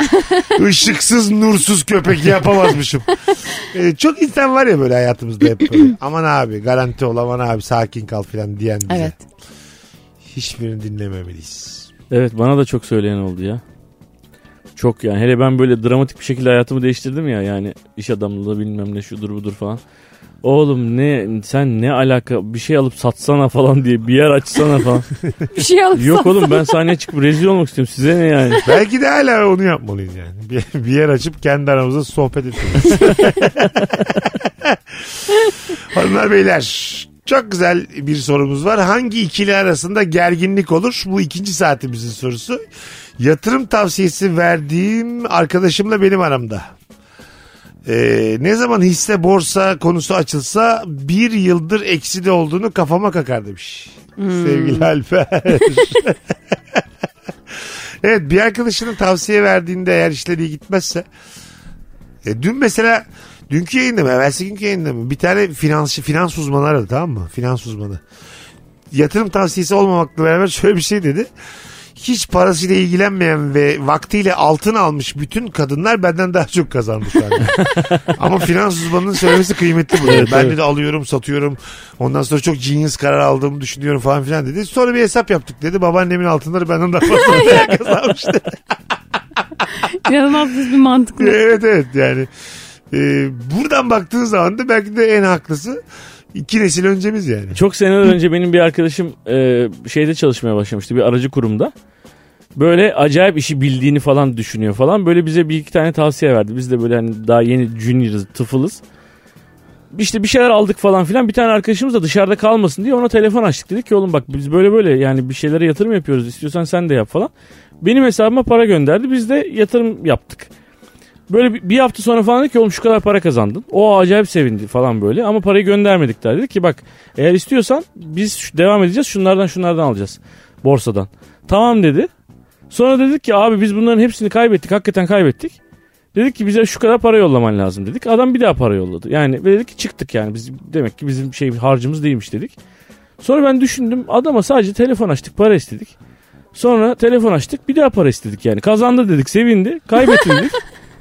Speaker 3: Işıksız nursuz köpek yapamazmışım. E, çok insan var ya böyle hayatımızda hep böyle. Aman abi garanti ol aman abi sakin kal filan diyen bize.
Speaker 4: Evet.
Speaker 3: Hiçbirini dinlememeliyiz.
Speaker 5: Evet bana da çok söyleyen oldu ya. Çok yani hele ben böyle dramatik bir şekilde hayatımı değiştirdim ya yani iş adamlığı bilmem ne şudur budur falan. Oğlum ne sen ne alaka bir şey alıp satsana falan diye bir yer açsana falan.
Speaker 4: Bir şey alıp (laughs)
Speaker 5: Yok oğlum ben sahneye çıkıp rezil olmak istiyorum size ne yani.
Speaker 3: (laughs) Belki de hala onu yapmalıyız yani. Bir, bir yer açıp kendi aramızda sohbet etmeliyiz. (laughs) Hanımlar beyler çok güzel bir sorumuz var. Hangi ikili arasında gerginlik olur? Bu ikinci saatimizin sorusu. Yatırım tavsiyesi verdiğim arkadaşımla benim aramda. Ee, ne zaman hisse borsa konusu açılsa bir yıldır ekside olduğunu kafama kakar demiş. Sevgili Alper. Evet bir arkadaşının tavsiye verdiğinde eğer işleri gitmezse. E, dün mesela dünkü yayında mı evvelsi günkü yayında mı bir tane finansçı finans uzmanı aradı tamam mı? Finans uzmanı. Yatırım tavsiyesi olmamakla beraber (laughs) şöyle bir şey dedi. Hiç parasıyla ilgilenmeyen ve vaktiyle altın almış bütün kadınlar benden daha çok kazandı şu
Speaker 5: (laughs)
Speaker 3: an. Ama finans uzmanının söylemesi kıymetli bu.
Speaker 5: Evet,
Speaker 3: ben
Speaker 5: evet.
Speaker 3: de alıyorum, satıyorum. Ondan sonra çok genius karar aldığımı düşünüyorum falan filan dedi. Sonra bir hesap yaptık dedi. Babaannemin altınları benden daha
Speaker 5: (laughs)
Speaker 3: fazla kazanmış dedi.
Speaker 4: İnanılmaz düz bir
Speaker 3: (laughs)
Speaker 4: mantıklı.
Speaker 3: evet evet yani. Ee, buradan baktığın zaman da belki de en haklısı iki nesil öncemiz yani.
Speaker 5: Çok seneler önce benim bir arkadaşım e, şeyde çalışmaya başlamıştı bir aracı kurumda. Böyle acayip işi bildiğini falan düşünüyor falan. Böyle bize bir iki tane tavsiye verdi. Biz de böyle hani daha yeni junior'ız, tıfılız. İşte bir şeyler aldık falan filan. Bir tane arkadaşımız da dışarıda kalmasın diye ona telefon açtık. Dedik ki oğlum bak biz böyle böyle yani bir şeylere yatırım yapıyoruz. İstiyorsan sen de yap falan. Benim hesabıma para gönderdi. Biz de yatırım yaptık. Böyle bir- bir hafta sonra falan dedi ki oğlum şu kadar para kazandın. O acayip sevindi falan böyle ama parayı göndermedik der. Dedi ki bak eğer istiyorsan biz şu- devam edeceğiz şunlardan şunlardan alacağız borsadan. Tamam dedi. Sonra dedik ki abi biz bunların hepsini kaybettik hakikaten kaybettik. Dedik ki bize şu kadar para yollaman lazım dedik. Adam bir daha para yolladı. Yani ve dedik ki çıktık yani biz demek ki bizim şey harcımız değilmiş dedik. Sonra ben düşündüm adama sadece telefon açtık para istedik. Sonra telefon açtık bir daha para istedik yani. Kazandı dedik sevindi kaybetti dedik.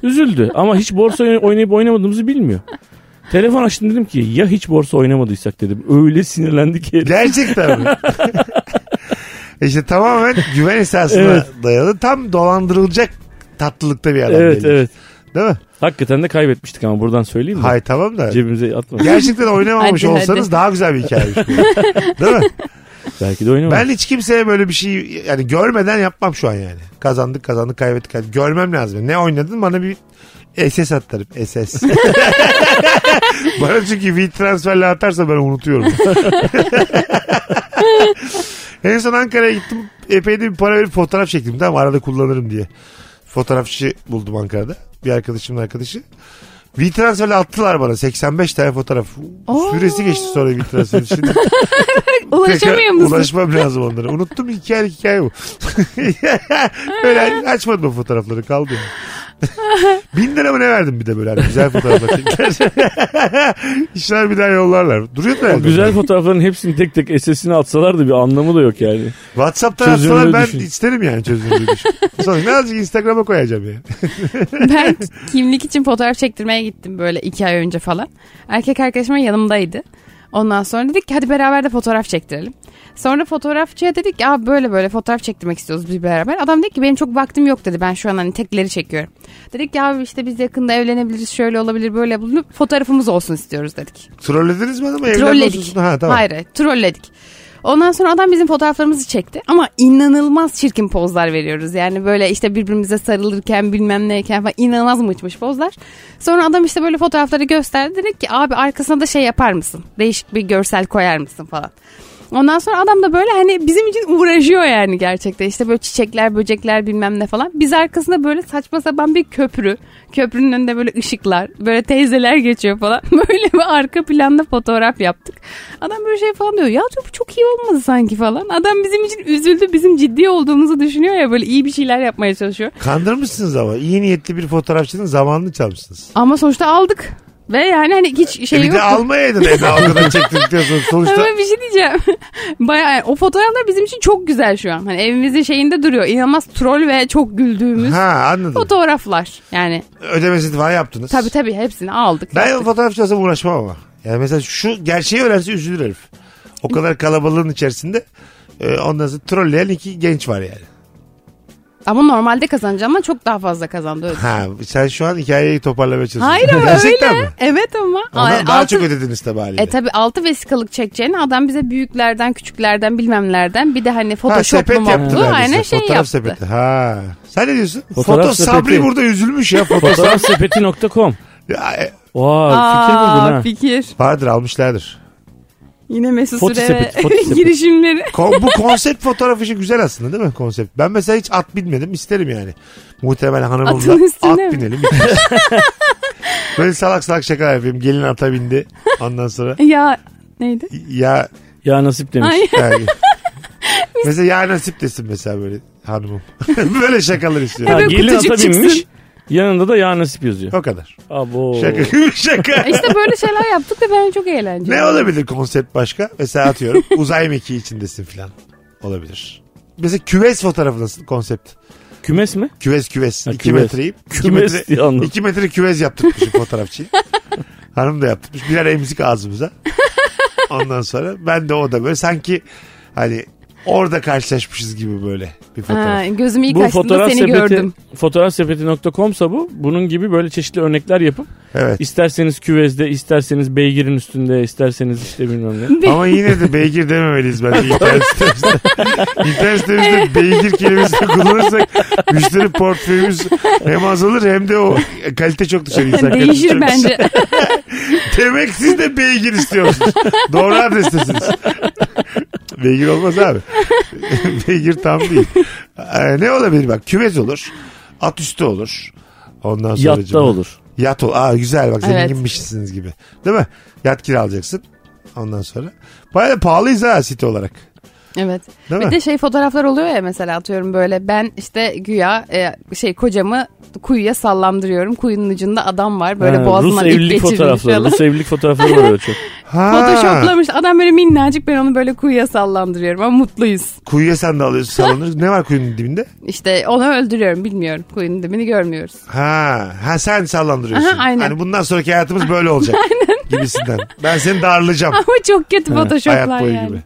Speaker 5: Üzüldü ama hiç borsa oyn- oynayıp oynamadığımızı bilmiyor. Telefon açtım dedim ki ya hiç borsa oynamadıysak dedim. Öyle sinirlendi ki.
Speaker 3: Gerçekten
Speaker 5: (laughs)
Speaker 3: mi? E işte tamamen güven esasına
Speaker 5: Evet.
Speaker 3: dayalı. Tam dolandırılacak tatlılıkta bir adam.
Speaker 5: Evet
Speaker 3: belli.
Speaker 5: evet.
Speaker 3: Değil mi?
Speaker 5: Hakikaten de kaybetmiştik ama buradan söyleyeyim mi?
Speaker 3: Hay tamam da.
Speaker 5: Cebimize atmadık.
Speaker 3: Gerçekten oynamamış
Speaker 4: Hadi,
Speaker 3: olsanız
Speaker 4: hadi.
Speaker 3: daha güzel bir hikayeymiş bu. Değil mi?
Speaker 5: Belki de oynamadık.
Speaker 3: Ben hiç kimseye böyle bir şey yani görmeden yapmam şu an yani. Kazandık kazandık kaybettik. kaybettik. Görmem lazım. Ne oynadın bana bir SS atlarım. SS. bana çünkü bir transferle atarsa ben unutuyorum. (laughs) en son Ankara'ya gittim. Epey de bir para verip fotoğraf çektim. Tamam arada kullanırım diye. Fotoğrafçı buldum Ankara'da. Bir arkadaşımın arkadaşı. V-Transfer'le attılar bana 85 tane fotoğraf.
Speaker 4: Oo.
Speaker 3: Süresi geçti sonra V-Transfer. Şimdi
Speaker 4: Ulaşamıyor
Speaker 3: Tekrar
Speaker 4: musun? (laughs)
Speaker 3: Ulaşmam lazım onlara. Unuttum hikaye hikaye bu. (laughs) böyle açmadım o fotoğrafları kaldı.
Speaker 4: (laughs)
Speaker 3: Bin lira mı ne verdim bir de böyle hani güzel fotoğraflar çektiler. (laughs) İşler bir daha yollarlar. Duruyor da
Speaker 5: O
Speaker 3: herhalde.
Speaker 5: güzel fotoğrafların hepsini tek tek SS'ine atsalar da bir anlamı da yok yani.
Speaker 3: Whatsapp'tan
Speaker 5: Çözümünü
Speaker 3: atsalar ben
Speaker 5: düşün.
Speaker 3: isterim yani çözümünü düşün. Sonra ne azıcık Instagram'a koyacağım yani. (laughs)
Speaker 4: (laughs) ben kimlik için fotoğraf çektirmeye gittim böyle iki ay önce falan. Erkek arkadaşım yanımdaydı. Ondan sonra dedik ki hadi beraber de fotoğraf çektirelim. Sonra fotoğrafçıya dedik ya böyle böyle fotoğraf çektirmek istiyoruz biz beraber. Adam dedi ki benim çok vaktim yok dedi ben şu an hani tekleri çekiyorum. Dedik ya abi işte biz yakında evlenebiliriz şöyle olabilir böyle olabilir fotoğrafımız olsun istiyoruz dedik.
Speaker 3: Trollediniz mi adamı? Evlenme
Speaker 4: Trolledik.
Speaker 3: hususunda- Ha, tamam.
Speaker 4: Hayır hayır, trolledik. Ondan sonra adam bizim fotoğraflarımızı çekti ama inanılmaz çirkin pozlar veriyoruz. Yani böyle işte birbirimize sarılırken bilmem neyken falan inanılmaz mıçmış pozlar. Sonra adam işte böyle fotoğrafları gösterdi. Dedi ki abi arkasına da şey yapar mısın? Değişik bir görsel koyar mısın falan. Ondan sonra adam da böyle hani bizim için uğraşıyor yani gerçekten. İşte böyle çiçekler, böcekler bilmem ne falan. Biz arkasında böyle saçma sapan bir köprü. Köprünün önünde böyle ışıklar, böyle teyzeler geçiyor falan. (laughs) Böyle bir arka planda fotoğraf yaptık. Adam böyle şey falan diyor. Ya diyor, bu çok iyi olmadı sanki falan. Adam bizim için üzüldü. Bizim ciddi olduğumuzu düşünüyor ya böyle iyi bir şeyler yapmaya çalışıyor.
Speaker 3: Kandırmışsınız ama. iyi niyetli bir fotoğrafçının zamanını çalmışsınız.
Speaker 4: Ama sonuçta aldık. Ve yani hani hiç şey
Speaker 3: e bir de
Speaker 4: yoktu.
Speaker 3: almayaydın
Speaker 4: (laughs)
Speaker 3: Eda o kadar çektirdik diyorsun. Sonuçta
Speaker 4: Ama bir şey diyeceğim. (laughs) Bayağı yani o fotoğraflar bizim için çok güzel şu an. Hani evimizin şeyinde duruyor. İnanılmaz troll ve çok güldüğümüz
Speaker 3: Ha anladım.
Speaker 4: fotoğraflar. Yani
Speaker 3: Ödemesini falan yaptınız.
Speaker 4: tabii tabii hepsini aldık.
Speaker 3: Ben
Speaker 4: yaptık.
Speaker 3: fotoğrafçı olsam uğraşmam ama. Yani mesela şu gerçeği öğrense üzülür herif. O kadar kalabalığın içerisinde e, ondan sonra trolleyen iki genç var yani.
Speaker 4: Ama normalde kazanacağımdan çok daha fazla kazandı. Öyle.
Speaker 3: Ha, sen şu an hikayeyi toparlamaya çalışıyorsun.
Speaker 4: Hayır ama
Speaker 3: Gerçekten
Speaker 4: öyle.
Speaker 3: mi?
Speaker 4: Evet ama.
Speaker 3: Ondan
Speaker 4: Yani
Speaker 3: daha
Speaker 4: altı-
Speaker 3: çok ödediniz tabii haliyle.
Speaker 4: E tabii altı vesikalık çekeceğini adam bize büyüklerden, küçüklerden, bilmemlerden bir de hani
Speaker 3: ha,
Speaker 4: photoshoplu
Speaker 3: sepet
Speaker 4: moplu
Speaker 3: yaptılar.
Speaker 4: aynen
Speaker 3: bize.
Speaker 4: şey
Speaker 3: Fotoğraf
Speaker 4: yaptı.
Speaker 3: sepeti. Ha. Sen ne diyorsun?
Speaker 5: Fotoğraf
Speaker 3: Foto
Speaker 5: sepeti.
Speaker 3: Sabri burada üzülmüş
Speaker 5: (laughs)
Speaker 3: ya. Foto...
Speaker 5: Fotoğrafsepeti.com
Speaker 3: ya e,
Speaker 5: Vay fikir buldun ha.
Speaker 4: Aa, fikir.
Speaker 3: vardır almışlardır.
Speaker 4: Yine Mesut
Speaker 5: Foto
Speaker 4: Süre (laughs)
Speaker 5: sepeti, foto sepeti.
Speaker 4: girişimleri.
Speaker 3: Ko- bu konsept fotoğraf işi güzel aslında değil mi konsept? Ben mesela hiç at binmedim isterim yani. Muhtemelen hanımımla
Speaker 4: Atın üstüne
Speaker 3: at
Speaker 4: mi?
Speaker 3: binelim. (laughs) Böyle salak salak şakalar yapayım. Gelin ata bindi. Ondan sonra
Speaker 4: Ya
Speaker 3: (laughs)
Speaker 4: neydi?
Speaker 3: ya
Speaker 5: Ya nasip demiş.
Speaker 4: Ay. (laughs)
Speaker 3: yani- mesela ya nasip desin mesela böyle hanımım. (laughs) böyle şakalar
Speaker 5: Ha,
Speaker 3: istiyorum.
Speaker 4: Evet. Hemen
Speaker 5: gelin
Speaker 4: kutucuk
Speaker 5: ata binmiş.
Speaker 4: çıksın.
Speaker 5: Yanında da ya nasip yazıyor.
Speaker 3: O kadar.
Speaker 5: Abo.
Speaker 3: Şaka. (laughs) şaka.
Speaker 4: İşte böyle şeyler yaptık ve ben çok eğlenceli.
Speaker 3: ne olabilir konsept başka? Mesela atıyorum uzay mekiği içindesin falan. Olabilir. Mesela küves fotoğrafı nasıl konsept?
Speaker 5: Kümes mi?
Speaker 3: Küves küves.
Speaker 5: Ha,
Speaker 3: 2
Speaker 5: küves.
Speaker 3: metreyim. İki
Speaker 5: Kümes diye anladım.
Speaker 3: İki metre küvez yaptırmışım
Speaker 5: (laughs)
Speaker 3: fotoğrafçıyı. Hanım da yaptırmış. Birer emzik ağzımıza. Ondan sonra ben de o da böyle sanki hani orada karşılaşmışız gibi böyle bir
Speaker 4: Ha,
Speaker 3: fotoğraf.
Speaker 4: gözümü ilk
Speaker 5: bu
Speaker 4: açtığımda
Speaker 5: fotoğraf
Speaker 4: seni
Speaker 5: sepeti,
Speaker 4: gördüm.
Speaker 5: fotoğrafsepeti.com'sa bu. Bunun gibi böyle çeşitli örnekler yapıp
Speaker 3: Evet.
Speaker 5: isterseniz küvezde, isterseniz beygirin üstünde, isterseniz işte bilmem ne.
Speaker 3: Ama yine de beygir dememeliyiz bence
Speaker 5: (laughs)
Speaker 3: internet sitemizde. internet sitemizde beygir kelimesini kullanırsak müşteri portföyümüz hem azalır hem de o kalite çok düşer insan
Speaker 4: Değişir
Speaker 3: kalitesi.
Speaker 5: (laughs)
Speaker 4: bence.
Speaker 3: Demek siz de beygir istiyorsunuz. Doğru adrestesiniz. beygir olmaz abi. (laughs) beygir tam değil. Ee, ne olabilir bak küvez olur. At üstü olur. Ondan sonra
Speaker 5: Yatta olur.
Speaker 3: Yat ol. Aa güzel bak
Speaker 4: Evet.
Speaker 3: zenginmişsiniz gibi. Değil mi? Yat kiralayacaksın. Ondan sonra. Bayağı da pahalıyız ha site olarak.
Speaker 4: Evet.
Speaker 3: Değil
Speaker 4: bir
Speaker 3: mi?
Speaker 4: de şey fotoğraflar oluyor ya mesela atıyorum böyle ben işte güya e, şey kocamı kuyuya sallandırıyorum. Kuyunun ucunda adam var böyle
Speaker 5: Ha, Rus
Speaker 4: boğazından ip
Speaker 5: evlilik
Speaker 4: geçirmiş
Speaker 5: fotoğrafları.
Speaker 4: falan.
Speaker 5: Rus evlilik fotoğrafları
Speaker 3: (laughs)
Speaker 5: var öyle çok.
Speaker 3: Ha.
Speaker 4: (laughs) Photoshoplamış adam böyle minnacık ben onu böyle kuyuya sallandırıyorum ama mutluyuz.
Speaker 3: Kuyuya sen de alıyorsun sallanır. ne var kuyunun dibinde?
Speaker 4: İşte onu öldürüyorum bilmiyorum kuyunun dibini görmüyoruz. (laughs)
Speaker 3: Ha, ha sen sallandırıyorsun.
Speaker 4: Aha, aynen.
Speaker 3: Hani bundan sonraki hayatımız böyle
Speaker 4: (laughs)
Speaker 3: olacak. Gibisinden. Ben seni darlayacağım.
Speaker 4: Ama çok kötü
Speaker 3: Hayat
Speaker 4: photoshoplar
Speaker 3: boyu
Speaker 4: yani. (laughs)
Speaker 3: gibi.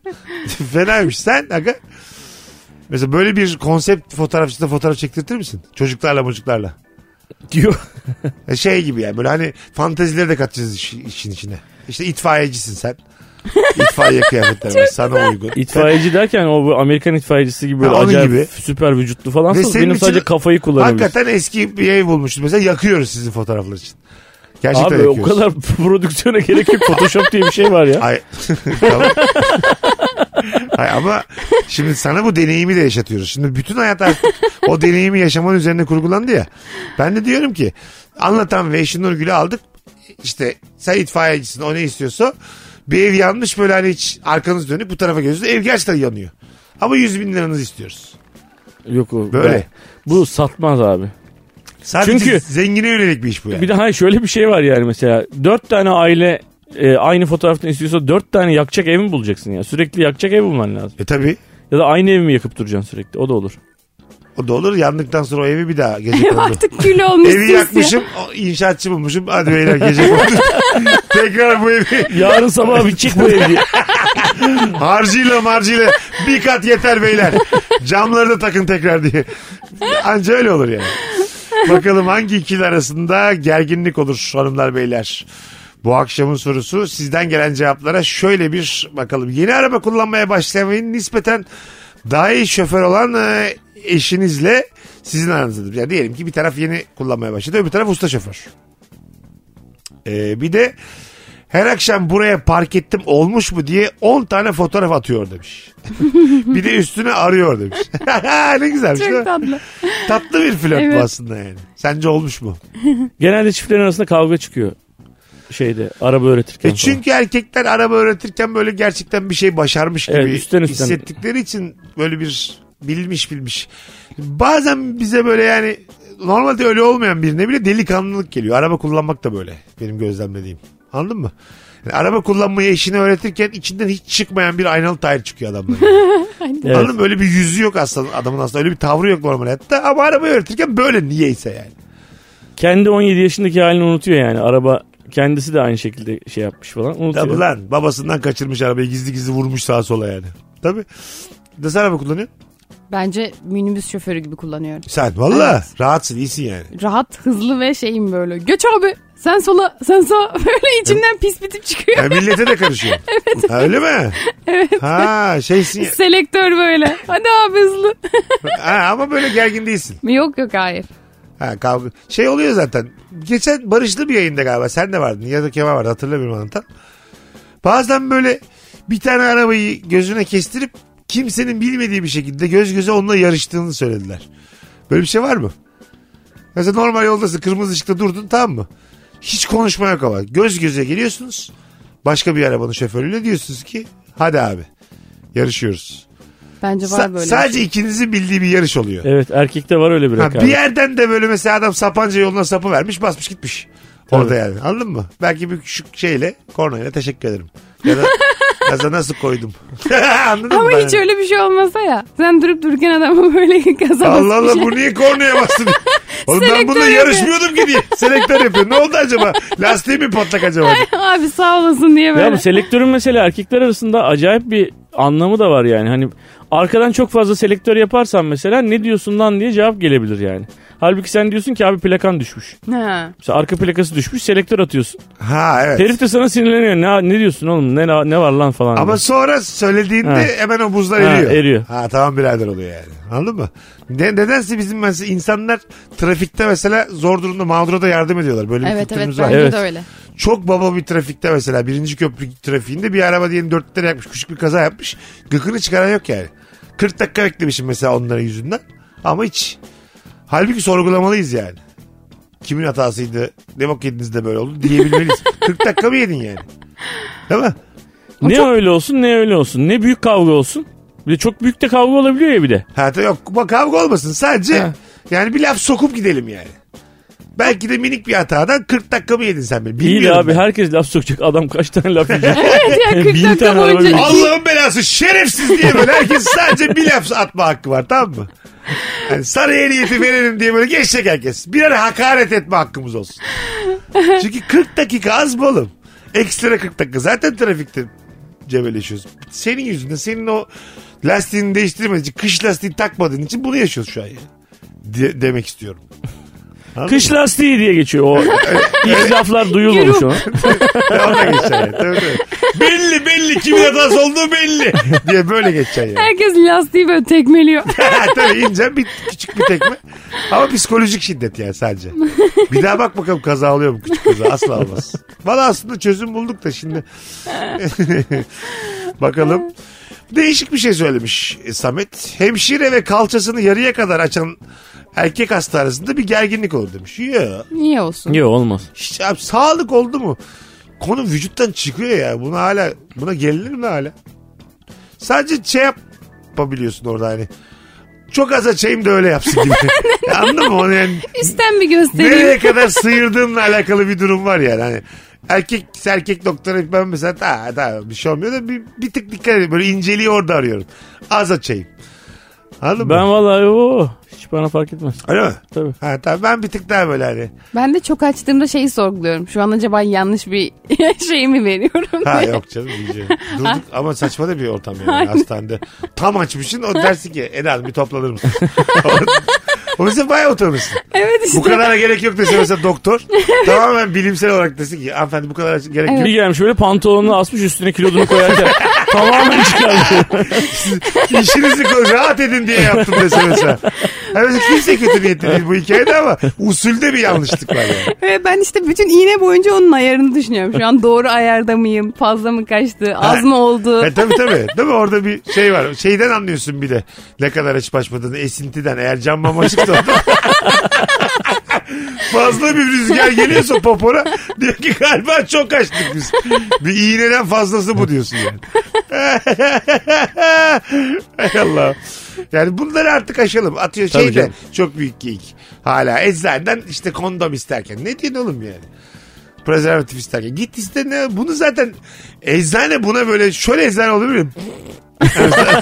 Speaker 3: Fenaymış. Sen aga. Mesela böyle bir konsept fotoğrafçıda fotoğraf çektirtir misin? Çocuklarla çocuklarla.
Speaker 5: Diyor.
Speaker 3: E Şey gibi yani böyle hani fantezileri de katacağız iş- işin içine. İşte itfaiyecisin
Speaker 4: (laughs)
Speaker 3: sen. İtfaiye kıyafetleri var sana uygun.
Speaker 5: İtfaiyeci derken o bu Amerikan itfaiyecisi gibi böyle
Speaker 3: Ha, onun
Speaker 5: acayip
Speaker 3: gibi.
Speaker 5: süper vücutlu falan.
Speaker 3: Ve senin
Speaker 5: Benim sadece
Speaker 3: için-
Speaker 5: kafayı kullanabilir.
Speaker 3: Hakikaten eski bir ev bulmuştum. Mesela yakıyoruz sizin fotoğraflar için. Gerçekten
Speaker 5: Abi
Speaker 3: yakıyoruz.
Speaker 5: o kadar (laughs) prodüksiyona gerek yok. Photoshop diye bir şey var
Speaker 3: (laughs)
Speaker 5: ya.
Speaker 3: Ay, Tamam. Ay ama şimdi sana bu deneyimi de yaşatıyoruz. Şimdi bütün hayat artık o deneyimi yaşaman üzerine kurgulandı ya. Ben de diyorum ki anlatan ve eşin Nurgül'ü aldık. İşte sen itfaiyecisin o ne istiyorsa. Bir ev yanmış böyle hani hiç arkanız dönüp bu tarafa gözünüz. Ev gerçekten yanıyor. Ama 100 bin liranızı istiyoruz.
Speaker 5: Yok o.
Speaker 3: Böyle.
Speaker 5: Bu satmaz abi.
Speaker 3: Sadece
Speaker 5: Çünkü-
Speaker 3: zengine yönelik bir iş bu yani.
Speaker 5: Bir de hayır şöyle bir şey var yani mesela. Dört tane aile e, aynı fotoğraftan istiyorsa dört tane yakacak ev mi bulacaksın ya? Sürekli yakacak ev bulman lazım.
Speaker 3: E tabi
Speaker 5: Ya da aynı evi mi yakıp duracaksın sürekli? O da olur.
Speaker 3: o da olur yandıktan sonra o evi bir daha
Speaker 5: (laughs)
Speaker 3: gece
Speaker 4: (laughs) Ev
Speaker 3: kondu.
Speaker 4: artık kül olmuş. sis
Speaker 3: Evi
Speaker 4: ya.
Speaker 3: yakmışım o inşaatçı bulmuşum hadi beyler gece kondu. Tekrar bu evi
Speaker 5: Yarın sabah bir çık bu evi.
Speaker 3: Harcıyla marcıyla bir kat yeter beyler. Camları da takın tekrar diye. Anca öyle olur yani. Bakalım hangi ikili arasında gerginlik olur hanımlar beyler. Bu akşamın sorusu sizden gelen cevaplara şöyle bir bakalım. Yeni araba kullanmaya başlamayın nispeten daha iyi şoför olan e, eşinizle sizin aranızdadır. Yani diyelim ki bir taraf yeni kullanmaya başladı öbür taraf usta şoför. Ee, bir de her akşam buraya park ettim olmuş mu diye 10 tane fotoğraf atıyor demiş. (laughs) bir de üstüne arıyor demiş. (laughs) ne güzelmiş. değil mi?
Speaker 4: (laughs) Çok tatlı.
Speaker 3: Tatlı bir flört bu
Speaker 4: Evet.
Speaker 3: aslında yani. Sence olmuş mu? E
Speaker 5: Genelde çiftlerin arasında kavga çıkıyor. Şeyde araba öğretirken.
Speaker 3: E çünkü erkekler araba öğretirken böyle gerçekten bir şey başarmış gibi
Speaker 5: Evet, üstten üstten.
Speaker 3: hissettikleri için böyle bir bilmiş bilmiş. Bazen bize böyle yani normalde öyle olmayan birine bile delikanlılık geliyor. Araba kullanmak da böyle benim gözlemlediğim. Anladın mı? Yani araba kullanmayı eşine öğretirken içinden hiç çıkmayan bir aynalı tayr çıkıyor adamdan.
Speaker 5: falan. Evet.
Speaker 3: Anladın mı? Öyle bir yüzü yok aslında adamın aslında. Öyle bir tavrı yok normal hayatta. Ama arabayı öğretirken böyle niyeyse yani.
Speaker 5: Kendi 17 yaşındaki halini unutuyor yani. Araba kendisi de aynı şekilde şey yapmış falan. Unutuyor.
Speaker 3: Tabii lan babasından kaçırmış arabayı gizli gizli vurmuş sağa sola yani. Tabii. Nasıl araba kullanıyorsun?
Speaker 4: Bence minibüs şoförü gibi kullanıyorum.
Speaker 3: Sen valla rahatsın iyisin yani.
Speaker 4: Rahat, hızlı ve şeyim böyle. Göç abi sen sola sen sağa (laughs) böyle içinden pis bitip çıkıyor.
Speaker 3: Ya millete de karışıyor. Ha, öyle mi? Evet. Ha şeysin ya.
Speaker 4: Selektör böyle. Hadi abi hızlı.
Speaker 3: Ha, ama böyle gergin değilsin.
Speaker 4: yok yok hayır.
Speaker 3: Ha, kavga. Şey oluyor zaten. Geçen Barış'lı bir yayında galiba sen de vardın ya da Kemal vardı hatırlamıyorum anlatan. Bazen böyle bir tane arabayı gözüne kestirip kimsenin bilmediği bir şekilde göz göze onunla yarıştığını söylediler. Böyle bir şey var mı? Mesela normal yoldasın kırmızı ışıkta durdun tamam mı? Hiç konuşma yok ama göz göze geliyorsunuz. Başka bir arabanın şoförüyle diyorsunuz ki hadi abi yarışıyoruz.
Speaker 4: Bence var
Speaker 3: Sa-
Speaker 4: böyle. şey.
Speaker 3: sadece ikinizin bildiği bir yarış oluyor.
Speaker 5: Evet erkekte var öyle bir
Speaker 3: Ha,
Speaker 5: rekabet.
Speaker 3: bir yerden de böyle mesela adam sapanca yoluna sapı vermiş basmış gitmiş. Orada
Speaker 5: Tabii.
Speaker 3: yani anladın mı? Belki bir şu şeyle kornayla teşekkür ederim. Ya
Speaker 4: (laughs)
Speaker 3: da gaza nasıl koydum. (laughs) anladın
Speaker 4: Ama
Speaker 3: mı?
Speaker 4: hiç öyle bir şey olmasa ya. Sen durup dururken adamı böyle (laughs) gaza
Speaker 3: Allah
Speaker 4: basmış.
Speaker 3: Allah bu niye kornaya
Speaker 4: (laughs)
Speaker 3: bastın? Oğlum ben
Speaker 4: Selektör
Speaker 3: bununla
Speaker 4: yapıyor.
Speaker 3: yarışmıyordum ki diye. Selektör yapıyor. Ne oldu
Speaker 4: (laughs)
Speaker 3: acaba? Lastiği mi patlak acaba?
Speaker 4: Abi sağ olasın diye böyle.
Speaker 5: Ya bu selektörün mesela erkekler arasında acayip bir anlamı da var yani. Hani arkadan çok fazla selektör yaparsan mesela ne diyorsun lan diye cevap gelebilir yani. Halbuki sen diyorsun ki abi plakan düşmüş.
Speaker 4: Ha.
Speaker 5: Mesela arka plakası düşmüş selektör atıyorsun.
Speaker 3: Ha evet.
Speaker 5: Herif de sana sinirleniyor. Ne, ne diyorsun oğlum ne, ne var lan falan.
Speaker 3: Ama
Speaker 5: diyor.
Speaker 3: sonra söylediğinde
Speaker 5: Ha.
Speaker 3: hemen o buzlar
Speaker 5: Ha,
Speaker 3: eriyor.
Speaker 5: eriyor.
Speaker 3: Ha tamam birader oluyor yani. Anladın mı? Ne, nedense bizim mesela insanlar trafikte mesela zor durumda mağdura da yardım ediyorlar. Böyle bir
Speaker 4: Evet evet
Speaker 3: kültürümüz var.
Speaker 4: bence
Speaker 5: Evet.
Speaker 4: de öyle.
Speaker 3: Çok baba bir trafikte mesela birinci köprü trafiğinde bir araba diyelim dörtlere yapmış küçük bir kaza yapmış. Gıkını çıkaran yok yani. 40 dakika beklemişim mesela onların yüzünden. Ama hiç. Halbuki sorgulamalıyız yani. Kimin hatasıydı? Ne bok yediniz de böyle oldu
Speaker 5: (laughs)
Speaker 3: diyebilmeliyiz. 40 dakika mı yedin yani? Değil mi?
Speaker 5: ne öyle olsun ne öyle olsun. Ne büyük kavga olsun. Bir de çok büyük de kavga olabiliyor ya bir de.
Speaker 3: Ha, da yok bak kavga olmasın sadece yani bir laf sokup gidelim yani. Belki de minik bir hatadan 40 dakikamı yedin sen beni.
Speaker 5: İyi de
Speaker 3: Bilmiyorum
Speaker 5: abi
Speaker 3: ben.
Speaker 5: herkes laf sokacak. Adam kaç
Speaker 3: (laughs)
Speaker 5: tane laf yiyecek?
Speaker 4: Ya 40
Speaker 5: Bin
Speaker 4: dakika
Speaker 5: tane
Speaker 4: boyunca
Speaker 5: araba
Speaker 4: iki-
Speaker 3: Allah'ın belası şerefsiz diye böyle herkes sadece bir laf atma hakkı var tamam mı? Yani sana ehliyeti verelim diye böyle geçecek herkes. Birer hakaret etme hakkımız olsun. Çünkü 40 dakika az mı oğlum? Ekstra 40 dakika. Zaten trafikte cebelleşiyoruz. Senin yüzünden senin o lastiğini değiştirmediğin için kış lastiği takmadığın için bunu yaşıyoruz şu an. yani. De- demek istiyorum. Anladın
Speaker 5: Kış lastiği diye geçiyor
Speaker 3: (laughs)
Speaker 5: o. İlk laflar duyulmamış ona.
Speaker 3: Ya ona geçer yani. Tabii, tabii. Belli belli kimin hatası olduğu belli diye böyle geçer yani.
Speaker 4: Herkes lastiği böyle tekmeliyor. (laughs)
Speaker 3: (laughs) Tabii ince bir küçük bir tekme. Ama psikolojik şiddet yani sadece. Bir daha bak bakalım kaza oluyor mu küçük kaza asla olmaz. Valla aslında çözüm bulduk da şimdi. (laughs) bakalım. Değişik bir şey söylemiş e, Samet. Hemşire ve kalçasını yarıya kadar açan erkek hastanesinde bir gerginlik olur demiş. Ya
Speaker 4: Niye olsun?
Speaker 5: Yok olmaz.
Speaker 3: hiç abi sağlık oldu mu? Konu vücuttan çıkıyor ya. Buna hala buna gelinir mi hala? Sadece şey yapabiliyorsun orada hani. Çok az açayım da öyle yapsın gibi. Anladın mı? Onu yani
Speaker 4: Üstten bir göstereyim.
Speaker 3: nereye kadar sıyırdığınla alakalı bir durum var yani. Hani erkek erkek doktora ben mesela ta, ta, bir şey olmuyor da bir, bir tık dikkat edin. Böyle inceliği orada arıyorum. Az açayım. Anladın
Speaker 5: Ben
Speaker 3: mı?
Speaker 5: vallahi o hiç bana fark etmez.
Speaker 3: Öyle mi?
Speaker 5: Tabii.
Speaker 3: Ha, tamam. Ben bir tık daha böyle hani.
Speaker 4: Ben de çok açtığımda şeyi sorguluyorum. Şu an acaba yanlış bir (laughs) şey mi veriyorum?
Speaker 3: Ha
Speaker 4: diye.
Speaker 3: yok canım iyice. Durduk ama saçma da bir ortam yani hastanede. Tam açmışsın o dersin ki Eda Hanım bir toplanır mısın? (laughs) o yüzden bayağı utanırsın.
Speaker 4: Evet işte.
Speaker 3: Bu kadara gerek yok dese mesela doktor tamamen bilimsel olarak desin ki hanımefendi bu kadar gerek yok.
Speaker 5: Bir gelmiş böyle pantolonunu asmış üstüne
Speaker 3: (laughs)
Speaker 5: kilodunu koyarken tamamen çıkardı.
Speaker 3: İşinizi ko- rahat edin diye yaptım dese mesela. Yani mesela kimse kötü niyetli değil bu hikayede ama usulde bir yanlışlık var yani.
Speaker 4: Ve ben işte bütün iğne boyunca onun ayarını düşünüyorum. Şu an doğru ayarda mıyım? Fazla mı kaçtı? Az mı oldu?
Speaker 3: E, tabii tabii. Değil mi? Orada bir şey var. Şeyden anlıyorsun bir de. Ne kadar açıp açmadığını. Esintiden. Eğer cam mama çıktı orada. (laughs) fazla bir rüzgar geliyorsa popora diyor ki galiba çok açtık biz. Bir iğneden fazlası bu diyorsun yani. (laughs) Hay Allah. Yani bunları artık aşalım. Atıyor
Speaker 5: Tabii
Speaker 3: şeyde
Speaker 5: canım.
Speaker 3: çok büyük geyik. Hala eczaneden işte kondom isterken. Ne diyorsun oğlum yani? Prezervatif isterken. Git iste ne? Bunu zaten eczane buna böyle şöyle eczane olabilir mi?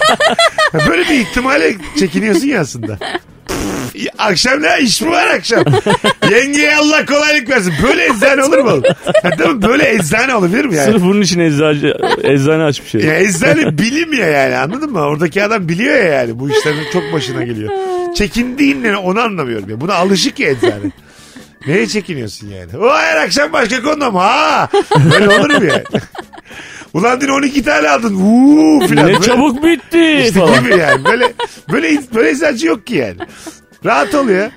Speaker 3: (laughs) böyle bir ihtimale çekiniyorsun ya aslında. (laughs) akşam ne iş mi var
Speaker 5: (laughs)
Speaker 3: akşam? Yengeye Allah kolaylık versin. Böyle eczane olur mu? oğlum? Ha, değil mi? Böyle eczane olabilir mi yani?
Speaker 5: Sırf bunun için eczacı, eczane açmış
Speaker 3: Ya
Speaker 5: şey.
Speaker 3: eczane bilim ya yani anladın mı? Oradaki adam biliyor ya yani bu işlerin çok başına geliyor. Çekindiğinle onu anlamıyorum ya. Buna alışık ya eczane. Neye çekiniyorsun yani? O her akşam başka kondom ha. Böyle olur mu yani? Ulan dün 12 tane aldın. Uuu filan.
Speaker 5: Ne
Speaker 3: Böyle-
Speaker 5: çabuk bitti
Speaker 3: İşte
Speaker 5: falan.
Speaker 3: gibi yani. Böyle, böyle, böyle eczacı yok ki yani. Rahat ol ya.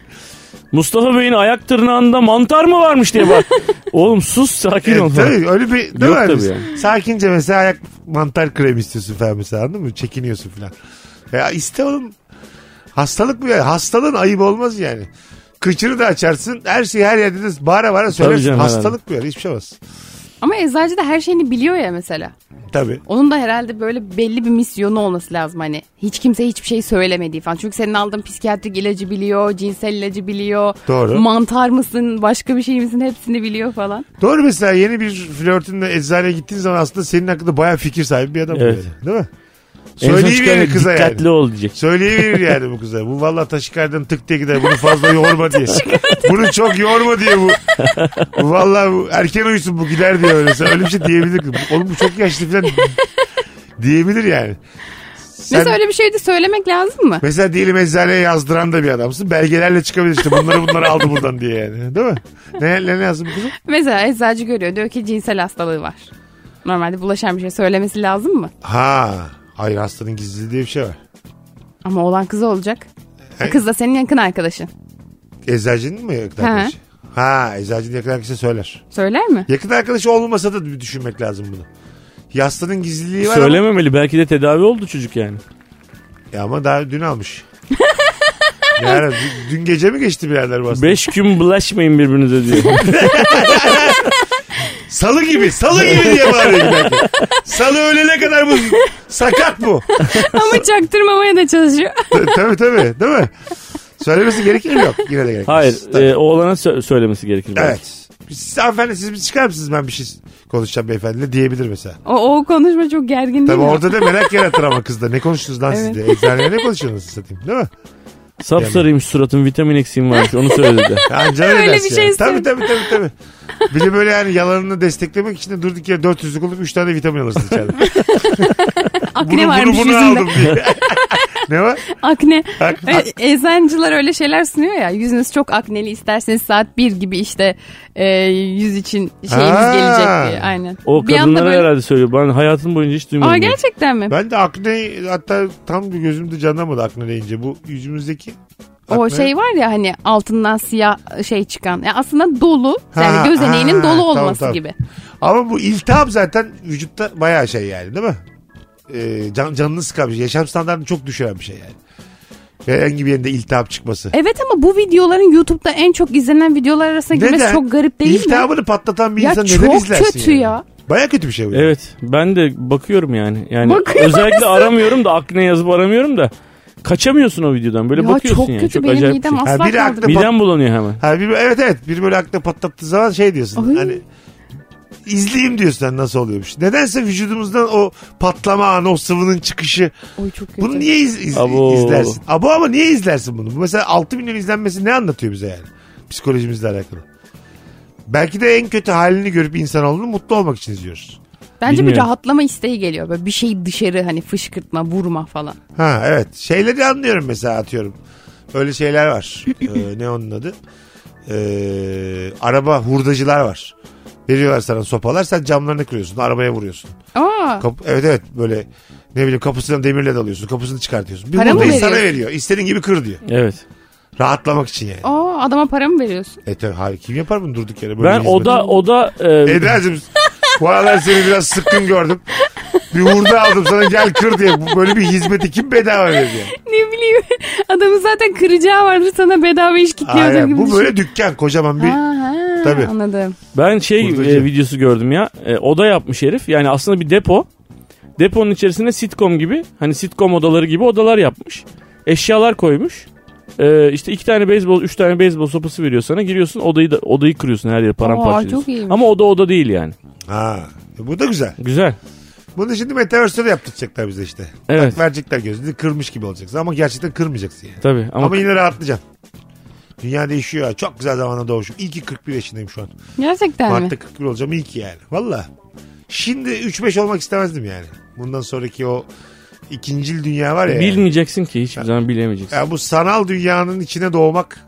Speaker 5: Mustafa Bey'in ayak tırnağında mantar mı varmış
Speaker 3: (laughs)
Speaker 5: diye bak. Oğlum sus sakin ol.
Speaker 3: Evet, E, tabii öyle bir değil
Speaker 5: Yok
Speaker 3: mi?
Speaker 5: tabii
Speaker 3: Biz-
Speaker 5: yani.
Speaker 3: Sakince mesela ayak mantar kremi istiyorsun falan mesela anladın mı? Çekiniyorsun falan. Ya iste oğlum. Hastalık bu yani. Hastalığın ayıp olmaz yani. Kıçını da açarsın. Her şeyi her yerde de bağıra bağıra söylersin.
Speaker 5: canım,
Speaker 3: Hastalık bu yani. Hiçbir şey olmaz.
Speaker 4: Ama eczacı da her şeyini biliyor ya mesela.
Speaker 3: Tabii.
Speaker 4: Onun da herhalde böyle belli bir misyonu olması lazım hani. Hiç kimse hiçbir şey söylemediği falan. Çünkü senin aldığın psikiyatrik ilacı biliyor, cinsel ilacı biliyor.
Speaker 3: Doğru.
Speaker 4: Mantar mısın, başka bir şey misin hepsini biliyor falan.
Speaker 3: Doğru mesela yeni bir flörtünle eczaneye gittiğin zaman aslında senin hakkında bayağı fikir sahibi bir adam. bu
Speaker 5: Evet.
Speaker 3: yani. Değil mi?
Speaker 5: En son
Speaker 3: Söyleyiverir
Speaker 5: çıkan
Speaker 3: kıza yani.
Speaker 5: Dikkatli ol diyecek.
Speaker 3: Söyleyiverir yani bu kıza. Bu valla taşikardiden tık diye gider. Bunu fazla yorma diye. Bunu çok yorma diye bu. bu valla bu erken uyusun bu gider diye öyle. Sen öyle bir şey diyebilir. Bu- Oğlum bu çok yaşlı falan diyebilir yani. Sen,
Speaker 4: Mesela öyle bir şey de söylemek lazım mı?
Speaker 3: mesela diyelim eczaneye yazdıran da bir adamsın. Belgelerle çıkabilir işte. Bunları bunları aldı buradan diye yani. Değil mi? Ne, ne, ne yazdı bu kızım?
Speaker 4: Mesela eczacı görüyor diyor ki cinsel hastalığı var. Normalde bulaşan bir şey söylemesi lazım mı?
Speaker 3: Ha. Hayır hastanın gizliliği diye bir şey var.
Speaker 4: Ama olan kız olacak.
Speaker 3: E-
Speaker 4: O Kız da senin yakın arkadaşın.
Speaker 3: Eczacının mı yakın
Speaker 4: Hı.
Speaker 3: arkadaşı? Ha eczacının yakın arkadaşı söyler.
Speaker 4: Söyler mi?
Speaker 3: Yakın arkadaşı olmasa da bir düşünmek lazım bunu. Yastığının gizliliği var ama
Speaker 5: Söylememeli. Belki de tedavi oldu çocuk yani.
Speaker 3: Ya ama daha dün almış. yani dün- dün gece mi geçti birader bu hasta?
Speaker 4: (laughs)
Speaker 5: Beş gün bulaşmayın birbirinize diyor.
Speaker 3: Salı gibi salı gibi diye bağırıyor giderken. Salı öğlene kadar bu sakat bu. (laughs)
Speaker 4: Ama çaktırmamaya da çalışıyor. (laughs)
Speaker 3: tabii tabii değil mi? Söylemesi gerekir mi yok? Yine de gerekir.
Speaker 5: Hayır e, oğlana sö- söylemesi gerekir. belki.
Speaker 3: Evet. Siz, hanımefendi siz bir çıkar mısınız ben bir şey konuşacağım beyefendiyle diyebilir mesela.
Speaker 4: O, o konuşma çok gergin değil
Speaker 3: Tabii
Speaker 4: mi?
Speaker 3: orada da merak yaratır ama kızda. Ne konuştunuz lan siz
Speaker 4: Evet.
Speaker 3: de? Eczaneye ne konuşuyorsunuz siz satayım değil mi?
Speaker 5: Sapsarıymış suratın vitamin eksiğim varmış onu
Speaker 4: (laughs)
Speaker 5: söyledi de.
Speaker 3: Anca öyle,
Speaker 4: Öyle
Speaker 3: dersin
Speaker 4: bir şey
Speaker 3: yani. Tabii
Speaker 4: istedim.
Speaker 3: tabii tabii. tabii. Bir de böyle yani yalanını desteklemek için de durduk yere 400'lük olup 3 tane vitamin alırsın
Speaker 4: (laughs)
Speaker 3: içeride.
Speaker 4: Akne
Speaker 3: bunu bunu
Speaker 4: varmış
Speaker 3: bunu
Speaker 4: yüzünde.
Speaker 3: aldım diye. (laughs) ne var?
Speaker 4: Akne.
Speaker 3: Akne.
Speaker 4: E, Eczancılar öyle şeyler sunuyor ya. Yüzünüz çok akneli isterseniz saat 1 gibi işte e, yüz için şeyimiz
Speaker 3: Ha.
Speaker 4: gelecek diye. Aynen.
Speaker 5: O
Speaker 4: Bir anda
Speaker 5: kadınlara herhalde söylüyor. Ben hayatım boyunca hiç duymadım.
Speaker 4: Aa
Speaker 5: bunu.
Speaker 4: gerçekten mi?
Speaker 3: Ben de akne hatta tam bir gözümde canlanmadı akne deyince. Bu yüzümüzdeki
Speaker 4: O
Speaker 3: akne-
Speaker 4: şey var ya hani altından siyah şey çıkan. Ya aslında dolu. Yani
Speaker 3: Ha,
Speaker 4: gözeneğinin
Speaker 3: ha,
Speaker 4: dolu
Speaker 3: tamam,
Speaker 4: olması
Speaker 3: tamam.
Speaker 4: gibi.
Speaker 3: Ama bu iltihap zaten vücutta bayağı şey yani değil mi? Ee, can, canını sıkan bir şey. Yaşam standartını çok düşüren bir şey yani. Ve herhangi bir yerinde iltihap çıkması.
Speaker 4: Evet ama bu videoların YouTube'da en çok izlenen videolar arasına girmesi çok garip değil mi?
Speaker 3: İltihabını patlatan bir
Speaker 4: Ya
Speaker 3: insan
Speaker 4: çok
Speaker 3: neden izlersin?
Speaker 4: kötü
Speaker 3: yani?
Speaker 4: ya.
Speaker 3: Baya kötü bir şey bu.
Speaker 5: Evet ben de bakıyorum yani. yani
Speaker 4: Bakıyor
Speaker 5: Özellikle aramıyorum da akne yazıp aramıyorum da. Kaçamıyorsun o videodan böyle
Speaker 4: Ya
Speaker 5: bakıyorsun
Speaker 4: çok
Speaker 5: yani.
Speaker 4: kötü
Speaker 5: çok
Speaker 4: benim
Speaker 5: acayip bir
Speaker 4: midem
Speaker 5: şey.
Speaker 4: asla
Speaker 3: Ha, biri aklı-
Speaker 4: kaldırmıyor.
Speaker 5: Midem bulanıyor hemen.
Speaker 3: Ha, bir, evet evet. Bir böyle akla patlattığı zaman şey diyorsun.
Speaker 4: Ay.
Speaker 3: Hani izleyeyim diyorsun hani nasıl oluyormuş. Nedense vücudumuzdan o patlama anı, o sıvının çıkışı.
Speaker 4: Oy çok kötü.
Speaker 3: Bunu niye iz, iz-
Speaker 5: Abo.
Speaker 3: izlersin? Abo ama niye izlersin bunu? Bu mesela 6 milyon izlenmesi ne anlatıyor bize yani? Psikolojimizle alakalı. Belki de en kötü halini görüp insan olduğunu mutlu olmak için izliyoruz.
Speaker 4: Bence bir
Speaker 5: Bilmiyorum.
Speaker 4: rahatlama isteği geliyor. Böyle bir şey dışarı hani fışkırtma, vurma falan.
Speaker 3: Ha evet. Şeyleri anlıyorum mesela atıyorum. Öyle şeyler
Speaker 4: (laughs)
Speaker 3: var. Ee, ne onun adı? Ee, araba hurdacılar var. Veriyorlar sana sopalar sen camlarını kırıyorsun arabaya vuruyorsun.
Speaker 4: Aa,
Speaker 3: Kap- evet evet böyle ne bileyim kapısından demirle dalıyorsun kapısını çıkartıyorsun. Bir
Speaker 4: Para mı
Speaker 3: hurdayı sana
Speaker 4: veriyorsun?
Speaker 3: veriyor istediğin gibi kır diyor.
Speaker 5: Evet.
Speaker 3: Rahatlamak için yani.
Speaker 4: aa adama para mı veriyorsun?
Speaker 3: E tabii hayır kim yapar bunu durduk yere böyle
Speaker 5: Ben
Speaker 4: şey
Speaker 3: bir hizmet?
Speaker 5: oda oda e,
Speaker 3: Eda'cığım bu aralar seni biraz sıkkın gördüm. Bir hurda aldım sana gel kır diye. Bu- Böyle bir hizmeti kim bedava veriyor? yani?
Speaker 4: (laughs) Ne bileyim adamın zaten kıracağı vardır sana bedava iş kitliyordur
Speaker 3: Aynen.
Speaker 4: gibi
Speaker 3: Bu
Speaker 4: düşün.
Speaker 3: böyle dükkan kocaman bir
Speaker 4: Ha, ha,
Speaker 3: Tabii.
Speaker 4: anladım.
Speaker 5: ben şey
Speaker 3: Hurdacı.
Speaker 5: e, videosu gördüm ya. E, oda yapmış herif. Yani aslında bir depo. Deponun içerisine sitcom gibi hani sitcom odaları gibi odalar yapmış. Eşyalar koymuş. E, işte iki tane beyzbol, üç tane beyzbol sopası veriyor sana. Giriyorsun odayı da, odayı kırıyorsun her yeri
Speaker 4: Aa,
Speaker 5: paramparça
Speaker 4: çok
Speaker 5: ediyorsun.
Speaker 4: iyiymiş.
Speaker 5: Ama oda oda değil yani.
Speaker 3: Ha. e Bu da güzel.
Speaker 5: Güzel.
Speaker 3: Bunu şimdi Metaverse'de de yaptıracaklar bize işte.
Speaker 5: Evet.
Speaker 3: Bak verecekler gözünü kırmış gibi olacaksın ama gerçekten kırmayacaksın yani.
Speaker 5: Tabii ama,
Speaker 3: Ama, yine rahatlayacaksın. Dünya değişiyor ya. Çok güzel zamanda doğmuşum. İyi ki 41 yaşındayım şu an.
Speaker 4: Gerçekten mi?
Speaker 3: Mart'ta 41 olacağım iyi ki yani. Valla. Şimdi 3-5 olmak istemezdim yani. Bundan sonraki o ikincil dünya var ya. yani.
Speaker 5: bilmeyeceksin ki hiçbir zaman bilemeyeceksin.
Speaker 3: Ya bu sanal dünyanın içine doğmak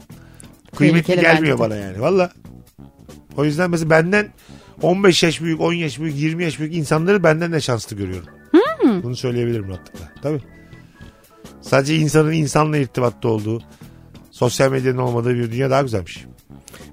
Speaker 3: kıymetli
Speaker 4: Tehlikeli
Speaker 3: gelmiyor
Speaker 4: bence
Speaker 3: bana
Speaker 4: de.
Speaker 3: yani. Valla. O yüzden mesela benden 15 yaş büyük, 10 yaş büyük, 20 yaş büyük insanları benden de şanslı görüyorum.
Speaker 4: Hmm.
Speaker 3: Bunu söyleyebilirim rahatlıkla. Tabii. Sadece insanın insanla irtibatta olduğu, sosyal medyanın olmadığı bir dünya daha güzelmiş.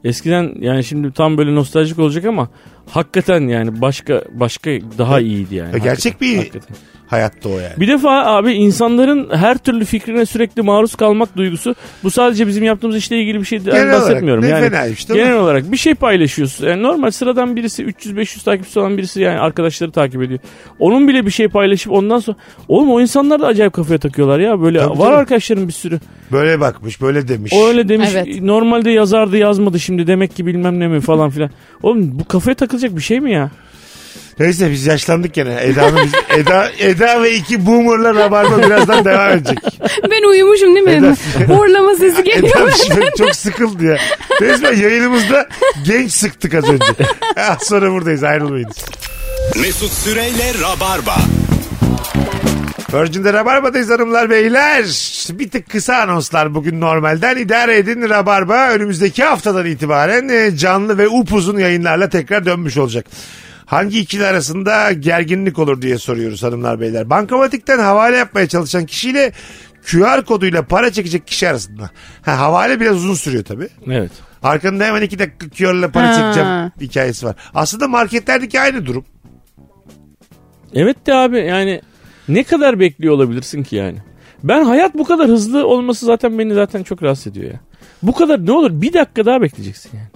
Speaker 5: Eskiden yani şimdi tam böyle nostaljik olacak ama hakikaten yani başka başka daha iyiydi yani.
Speaker 3: Ya gerçek bir-
Speaker 5: hakikaten.
Speaker 3: Hayatta o yani.
Speaker 5: Bir defa abi insanların her türlü fikrine sürekli maruz kalmak duygusu. Bu sadece bizim yaptığımız işle ilgili bir şey
Speaker 3: Genel olarak
Speaker 5: bahsetmiyorum.
Speaker 3: ne
Speaker 5: yani
Speaker 3: fenaymış, değil mi?
Speaker 5: genel olarak bir şey paylaşıyorsun. Yani normal sıradan birisi 300-500 takipçisi olan birisi yani arkadaşları takip ediyor. Onun bile bir şey paylaşıp ondan sonra oğlum o insanlar da acayip kafaya takıyorlar ya böyle
Speaker 3: Tabii,
Speaker 5: var
Speaker 3: tabii.
Speaker 5: arkadaşlarım bir sürü.
Speaker 3: Böyle bakmış, böyle demiş.
Speaker 5: O öyle demiş.
Speaker 4: Evet.
Speaker 5: Normalde yazardı yazmadı şimdi demek ki bilmem ne mi falan filan. Oğlum bu kafaya takılacak bir şey mi ya?
Speaker 3: Neyse biz yaşlandık gene. Eda'nın biz- Eda, Eda ve iki boomerla rabarba birazdan devam edecek.
Speaker 4: Ben uyumuşum değil mi? (laughs) Horlama sesi
Speaker 3: Eda
Speaker 4: geliyor. (laughs)
Speaker 3: şimdi çok sıkıldı ya. Resmen yayınımızda genç sıktık az önce. Az sonra buradayız ayrılmayınız.
Speaker 2: Mesut Süreyle Rabarba.
Speaker 3: Virgin'de Rabarba'dayız hanımlar beyler. Bir tık kısa anonslar bugün normalden idare edin. Rabarba önümüzdeki haftadan itibaren e, canlı ve upuzun yayınlarla tekrar dönmüş olacak. Hangi ikili arasında gerginlik olur diye soruyoruz hanımlar beyler. Bankamatikten havale yapmaya çalışan kişiyle QR koduyla para çekecek kişi arasında. Ha, havale biraz uzun sürüyor tabii.
Speaker 5: Evet.
Speaker 3: Arkanda hemen iki dakika QR'la para
Speaker 4: Ha.
Speaker 3: çekeceğim hikayesi var. Aslında marketlerdeki aynı durum.
Speaker 5: Evet de abi yani ne kadar bekliyor olabilirsin ki yani? Ben hayat bu kadar hızlı olması zaten beni zaten çok rahatsız ediyor ya. Bu kadar ne olur bir dakika daha bekleyeceksin yani.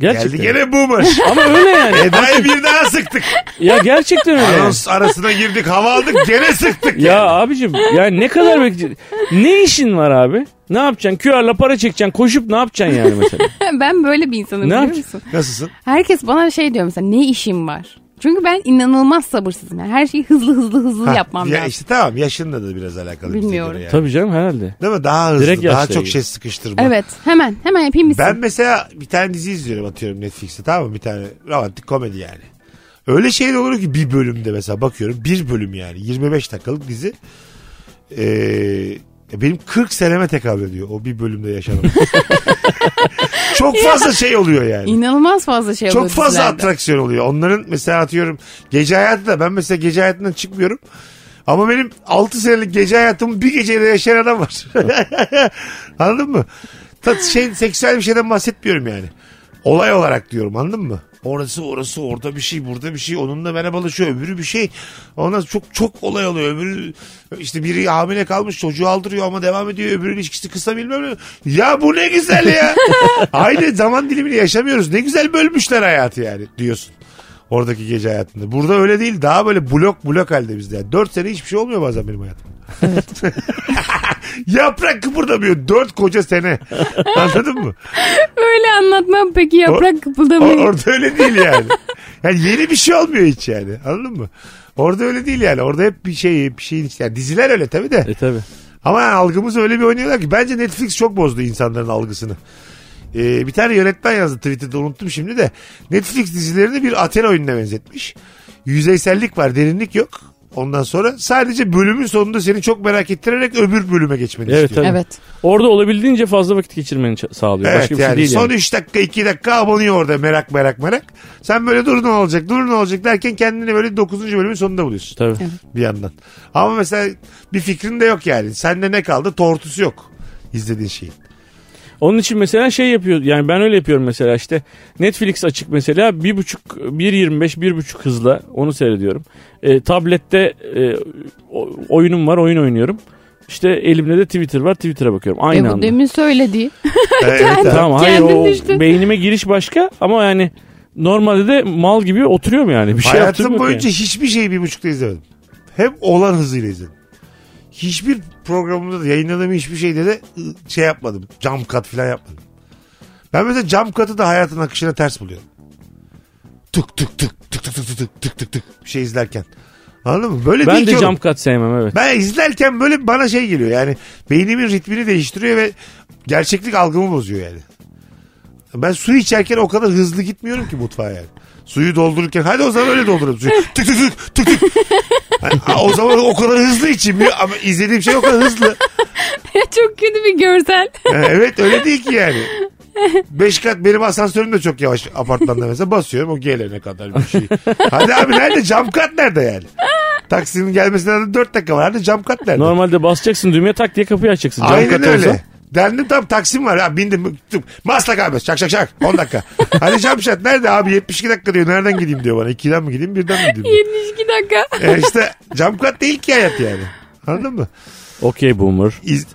Speaker 5: Gerçekten.
Speaker 3: Geldi gene boomer.
Speaker 5: (laughs) Ama öyle yani.
Speaker 3: Eda'yı bir daha sıktık.
Speaker 5: ya gerçekten öyle. yani.
Speaker 3: Anons arasına girdik hava aldık gene sıktık.
Speaker 5: Ya abicim yani ne kadar bekleyeceksin? Ne işin var abi? Ne yapacaksın? QR'la para çekeceksin. Koşup ne yapacaksın yani
Speaker 3: (laughs)
Speaker 5: mesela?
Speaker 4: ben böyle bir insanım
Speaker 5: Ne
Speaker 4: biliyor
Speaker 5: yapacaksın?
Speaker 4: musun?
Speaker 3: Nasılsın?
Speaker 4: Herkes bana şey diyor mesela ne işim var? Çünkü ben inanılmaz sabırsızım. Yani her şeyi hızlı hızlı hızlı
Speaker 3: Ha,
Speaker 4: yapmam
Speaker 3: ya
Speaker 4: lazım.
Speaker 3: işte tamam yaşınla da biraz alakalı. bize
Speaker 4: Bilmiyorum.
Speaker 3: göre Yani.
Speaker 5: Tabii canım herhalde.
Speaker 3: Değil mi? Daha hızlı,
Speaker 5: Direkt
Speaker 3: daha
Speaker 5: yaşla
Speaker 3: çok
Speaker 5: ilgili.
Speaker 3: şey sıkıştırma.
Speaker 4: Evet hemen hemen yapayım mısın?
Speaker 3: Ben mesela bir tane dizi izliyorum atıyorum Netflix'te tamam mı? Bir tane romantik komedi yani. Öyle şey de olur ki bir bölümde mesela bakıyorum bir bölüm yani 25 dakikalık dizi. Ee, benim 40 seneme tekabül ediyor o bir bölümde yaşanan. Çok fazla şey oluyor yani.
Speaker 4: İnanılmaz fazla şey
Speaker 3: Çok
Speaker 4: oluyor
Speaker 3: fazla
Speaker 4: dizilerde.
Speaker 3: atraksiyon oluyor. Onların mesela atıyorum gece hayatı da ben mesela gece hayatından çıkmıyorum. Ama benim 6 senelik gece hayatımı bir gecede yaşayan adam var. (laughs) anladın mı? Tat, şey, seksüel bir şeyden bahsetmiyorum yani. Olay olarak diyorum anladın mı? Orası orası orada bir şey burada bir şey onunla merhabalaşıyor öbürü bir şey. Ondan sonra çok çok olay oluyor öbürü işte biri hamile kalmış çocuğu aldırıyor ama devam ediyor öbürünün ilişkisi kısa bilmem ne. Ya bu ne güzel ya. Aynı zaman dilimini yaşamıyoruz ne güzel bölmüşler hayatı yani diyorsun. Oradaki gece hayatında. Burada öyle değil. Daha böyle blok blok halde bizde. Yani 4 sene hiçbir şey olmuyor bazen benim hayatım. (laughs) Yaprak kıpırdamıyor. 4 koca sene. Anladın mı?
Speaker 4: Öyle anlatmam peki yaprak
Speaker 3: O-
Speaker 4: kıpırdamıyor.
Speaker 3: orada öyle değil yani. Yani yeni bir şey olmuyor hiç yani. Anladın mı? Orada öyle değil yani. Orada hep bir şey, hep bir şeyin içi- Yani diziler öyle tabii de.
Speaker 5: E tabi.
Speaker 3: Ama yani algımızı öyle bir oynuyorlar ki. Bence Netflix çok bozdu insanların algısını. Ee, bir tane yönetmen yazdı Twitter'da unuttum şimdi de. Netflix dizilerini bir Athena oyununa benzetmiş. Yüzeysellik var, derinlik yok. Ondan sonra sadece bölümün sonunda seni çok merak ettirerek öbür bölüme geçmeni
Speaker 5: Evet,
Speaker 3: istiyor.
Speaker 5: tabii.
Speaker 4: Evet.
Speaker 5: Orada olabildiğince fazla vakit geçirmeni ça- sağlıyor.
Speaker 3: Evet
Speaker 5: Başka bir
Speaker 3: yani
Speaker 5: şey değil
Speaker 3: son
Speaker 5: yani.
Speaker 3: 3 dakika 2 dakika abonuyor orada merak merak merak. Sen böyle dur ne olacak dur ne olacak derken kendini böyle 9. bölümün sonunda buluyorsun
Speaker 5: Tabii.
Speaker 3: bir yandan. Ama mesela bir fikrin de yok yani. Sende ne kaldı tortusu yok izlediğin
Speaker 5: (laughs)
Speaker 3: şeyin.
Speaker 5: Onun için mesela şey yapıyor yani ben öyle yapıyorum mesela işte Netflix açık mesela bir buçuk 1.25 bir buçuk hızla onu seyrediyorum. E, tablette e, o- oyunum var oyun oynuyorum. İşte elimde de Twitter var Twitter'a bakıyorum aynı
Speaker 4: E, bu
Speaker 5: anda.
Speaker 4: demin söylediği.
Speaker 3: Ee, evet, evet.
Speaker 5: Tamam hayır
Speaker 4: Kendin
Speaker 5: o
Speaker 4: düştün.
Speaker 5: beynime giriş başka ama yani normalde de mal gibi oturuyorum yani bir şey yaptığım
Speaker 3: Hayatım
Speaker 5: yok
Speaker 3: boyunca
Speaker 5: yani.
Speaker 3: hiçbir şeyi bir buçukta izlemedim. Hep olan hızıyla izledim. Hiçbir programımda da yayınladığım hiçbir şeyde de ı, şey yapmadım. Jump cut falan yapmadım. Ben mesela jump cut'ı da hayatın akışına ters buluyorum. Tık tık tık tık tık tık tık tık tık tık tık bir şey izlerken. Anladın mı? Böyle
Speaker 5: Ben
Speaker 3: değil
Speaker 5: de
Speaker 3: ki oğlum.
Speaker 5: jump cut sevmem evet.
Speaker 3: Ben izlerken böyle bana şey geliyor yani beynimin ritmini değiştiriyor ve gerçeklik algımı bozuyor yani. Ben su içerken o kadar hızlı gitmiyorum ki mutfağa yani. Suyu doldururken hadi o zaman öyle dolduralım suyu. (laughs) Tık tık tık tık tık. Ha, o zaman o kadar hızlı içeyim ya. ama izlediğim şey o kadar hızlı.
Speaker 4: (laughs) Çok kötü bir görsel.
Speaker 3: Ha, evet öyle değil ki yani. Beş kat benim asansörüm de çok yavaş apartmanda mesela basıyorum o gelene kadar bir şey. Hadi abi nerede cam kat nerede yani? Taksinin gelmesine de dört dakika var. Hadi cam kat nerede?
Speaker 5: Normalde basacaksın düğmeye tak diye kapıyı açacaksın. Jump
Speaker 3: Aynen
Speaker 5: cut
Speaker 3: öyle.
Speaker 5: olsa.
Speaker 3: Dendim tam Taksim var ya bindim. Tıp. Maslak abi şak şak şak 10 dakika.
Speaker 5: (laughs)
Speaker 3: Hadi Camşat nerede abi 72 dakika diyor nereden gideyim diyor bana. 2'den mi gideyim birden mi gideyim diyor.
Speaker 4: 72 dakika.
Speaker 5: (laughs)
Speaker 3: e işte Camkat değil ki hayat yani. Anladın mı?
Speaker 5: Okey boomer.
Speaker 3: İz...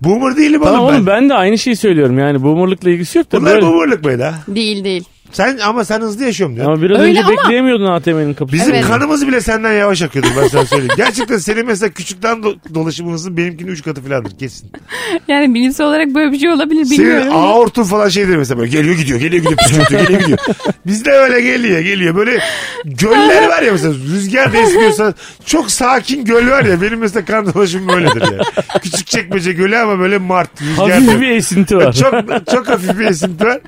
Speaker 3: Boomer değilim
Speaker 5: Tamam
Speaker 3: oğlum ben.
Speaker 5: oğlum ben de aynı şeyi söylüyorum yani boomerlıkla ilgisi yok da
Speaker 3: Bunlar
Speaker 5: böyle.
Speaker 3: boomerlık böyle ha.
Speaker 4: Değil değil.
Speaker 3: Sen ama sen hızlı yaşıyorum diyor.
Speaker 5: Ama biraz
Speaker 4: Öyle
Speaker 5: önce
Speaker 4: ama-
Speaker 5: bekleyemiyordun ATM'nin kapısında.
Speaker 3: Bizim
Speaker 4: Evet.
Speaker 3: kanımız bile senden yavaş akıyordur ben sana söyleyeyim. Gerçekten senin mesela küçükten do- dolaşımın hızın benimkinin 3 katı filandır kesin.
Speaker 4: Yani bilimsel olarak böyle bir şey olabilir
Speaker 3: Senin
Speaker 4: bilmiyorum.
Speaker 3: aortun falan şeydir mesela böyle geliyor gidiyor geliyor gidiyor püskürtüyor geliyor gidiyor. Bizde öyle geliyor geliyor böyle göller var ya mesela rüzgar da esmiyorsa çok sakin göl var ya benim mesela kan dolaşımım böyledir yani. Küçük çekmece gölü ama böyle mart
Speaker 5: Hafif
Speaker 3: rüzgar.
Speaker 5: bir esinti var.
Speaker 3: E, çok, çok hafif bir esinti var.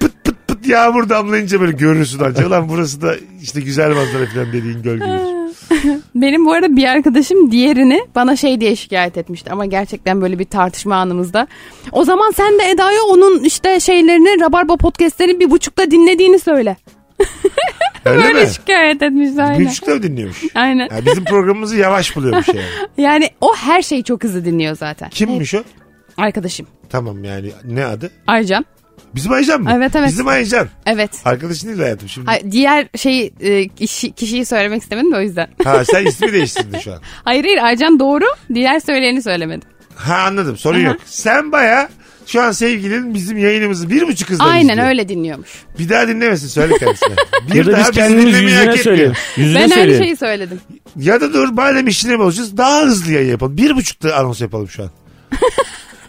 Speaker 3: Pıt pıt pıt yağmur damlayınca böyle görürsün ancak lan burası da işte güzel manzara falan dediğin göl gibidir.
Speaker 4: Benim bu arada bir arkadaşım diğerini bana şey diye şikayet etmişti ama gerçekten böyle bir tartışma anımızda. O zaman sen de Eda'ya onun işte şeylerini Rabarba podcastlerini bir buçukta dinlediğini söyle.
Speaker 3: Öyle
Speaker 4: Böyle
Speaker 3: mi?
Speaker 4: şikayet etmişti
Speaker 3: Bir
Speaker 4: aynen.
Speaker 3: buçukta mı dinliyormuş?
Speaker 4: Aynen.
Speaker 3: Ya bizim programımızı yavaş buluyormuş yani.
Speaker 4: Yani o her şeyi çok hızlı dinliyor zaten.
Speaker 3: Kimmiş o?
Speaker 4: Arkadaşım.
Speaker 3: Tamam yani ne adı?
Speaker 4: Arcan.
Speaker 3: Bizim Aycan mı?
Speaker 4: Evet, evet.
Speaker 3: Bizim Aycan.
Speaker 4: Evet.
Speaker 3: Arkadaşın değil hayatım şimdi.
Speaker 4: Hayır, diğer şey e, kişi, kişiyi söylemek istemedim de o yüzden. (laughs)
Speaker 3: Ha sen ismi değiştirdin
Speaker 5: (laughs)
Speaker 3: şu an.
Speaker 4: Hayır hayır Arcan doğru. Diğer söyleyeni söylemedim.
Speaker 3: Ha anladım sorun
Speaker 4: Aha.
Speaker 3: yok. Sen baya Şu an sevgilin bizim yayınımızı bir buçuk hızla
Speaker 4: Aynen
Speaker 3: izliyor.
Speaker 4: öyle dinliyormuş.
Speaker 3: Bir daha dinlemesin söyle kendisine. Bir
Speaker 5: (laughs) Ya da
Speaker 3: daha
Speaker 5: biz
Speaker 3: bizi
Speaker 5: kendimiz
Speaker 3: dinlemeyi hak
Speaker 5: yüzüne
Speaker 3: etmiyor.
Speaker 5: söyleyelim. Yüzüne
Speaker 4: ben
Speaker 5: söyleyelim.
Speaker 4: aynı şeyi söyledim.
Speaker 3: Ya da dur madem işini bozacağız daha hızlı yayın yapalım. Bir buçukta anons yapalım
Speaker 5: (laughs)
Speaker 3: şu an.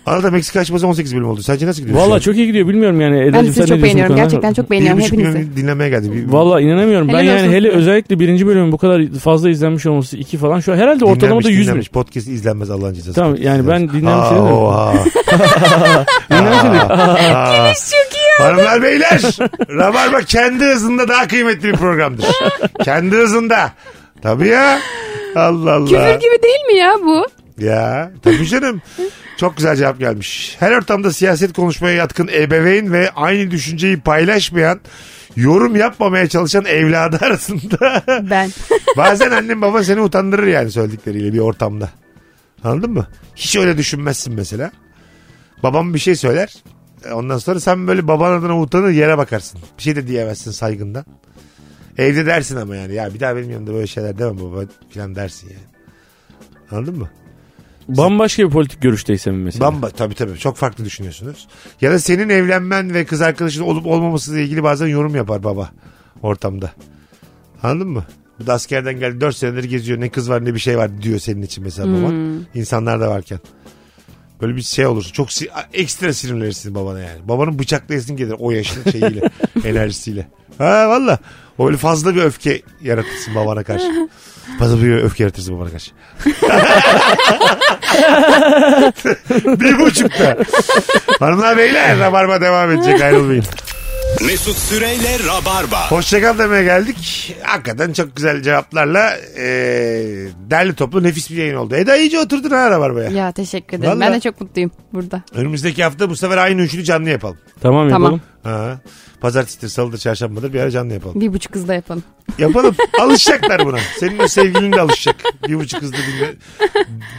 Speaker 3: Arada Meksika açması 18 bölüm oldu. Sence nasıl gidiyor? şu an?
Speaker 5: Valla çok iyi gidiyor bilmiyorum yani.
Speaker 4: Ben
Speaker 5: Eda'cığım
Speaker 4: sizi
Speaker 5: sen
Speaker 4: çok
Speaker 5: ne diyorsun bu
Speaker 4: beğeniyorum.
Speaker 5: konuda?
Speaker 4: Gerçekten çok
Speaker 3: bir
Speaker 4: beğeniyorum
Speaker 3: buçuk
Speaker 4: hepinizi. (laughs)
Speaker 3: milyon dinlemeye geldi. Bir-
Speaker 5: Valla inanamıyorum. ben
Speaker 4: Helal
Speaker 5: yani
Speaker 4: olsun.
Speaker 5: hele özellikle birinci bölümün bu kadar fazla izlenmiş olması iki falan. Şu an herhalde ortalama
Speaker 3: Dinlenmiş,
Speaker 5: da 100 bin.
Speaker 3: dinlenmiş. Podcast izlenmez Allah'ın cezası.
Speaker 5: Tamam, yani ben
Speaker 3: İzlenmez.
Speaker 5: dinlenmiş
Speaker 3: Aa,
Speaker 5: dedim de.
Speaker 3: Oha.
Speaker 5: (laughs) Dinlenmiş dedim.
Speaker 4: Çok iyi.
Speaker 3: Hanımlar beyler. Rabarba kendi hızında daha kıymetli bir programdır. kendi hızında. Tabii ya. Allah Allah.
Speaker 4: Küfür gibi değil mi ya bu?
Speaker 3: Ya tabii canım. Çok güzel cevap gelmiş. Her ortamda siyaset konuşmaya yatkın ebeveyn ve aynı düşünceyi paylaşmayan, yorum yapmamaya çalışan evladı arasında.
Speaker 4: Ben.
Speaker 3: Bazen annen baba seni utandırır yani söyledikleriyle bir ortamda. Anladın mı? Hiç öyle düşünmezsin mesela. Babam bir şey söyler. E, Ondan sonra sen böyle baban adına utanır yere bakarsın. Bir şey de diyemezsin saygından. Evde dersin ama yani. Ya bir daha benim yanımda böyle şeyler deme baba falan dersin yani. Anladın mı?
Speaker 5: Bambaşka bir politik görüşteysem mesela.
Speaker 3: Bamba tabii tabii çok farklı düşünüyorsunuz. Ya da senin evlenmen ve kız arkadaşın olup olmamasıyla ilgili bazen yorum yapar baba ortamda. Anladın mı? Bu da askerden geldi 4 senedir geziyor ne kız var ne bir şey var diyor senin için mesela baban. İnsanlar da varken. Böyle bir şey olursa çok si- ekstra sinirlenirsin babana yani. Babanın bıçaklayasın gelir o yaşlı şeyiyle enerjisiyle. Ha valla. O Öyle fazla bir öfke yaratırsın babana karşı. Fazla bir öfke yaratırsın babana karşı. bir buçukta. Hanımlar
Speaker 4: (laughs)
Speaker 3: beyler Rabarba devam edecek ayrılmayın.
Speaker 2: Mesut Süreyle Rabarba.
Speaker 3: Hoşçakal demeye geldik. Hakikaten çok güzel cevaplarla e, derli toplu nefis bir yayın oldu. Eda iyice oturdun ha Rabarba'ya.
Speaker 4: Ya teşekkür ederim.
Speaker 3: Vallahi.
Speaker 4: Ben de çok mutluyum burada.
Speaker 3: Önümüzdeki hafta bu sefer aynı üçlü canlı yapalım.
Speaker 5: Tamam
Speaker 4: Tamam.
Speaker 5: yapalım.
Speaker 3: Ha. Pazartesidir, salıdır, çarşambadır bir ara canlı yapalım.
Speaker 4: Bir buçuk hızla yapalım. (laughs)
Speaker 3: Yapalım. Alışacaklar buna. Senin o sevgilin de alışacak. Bir buçuk hızlı dinle.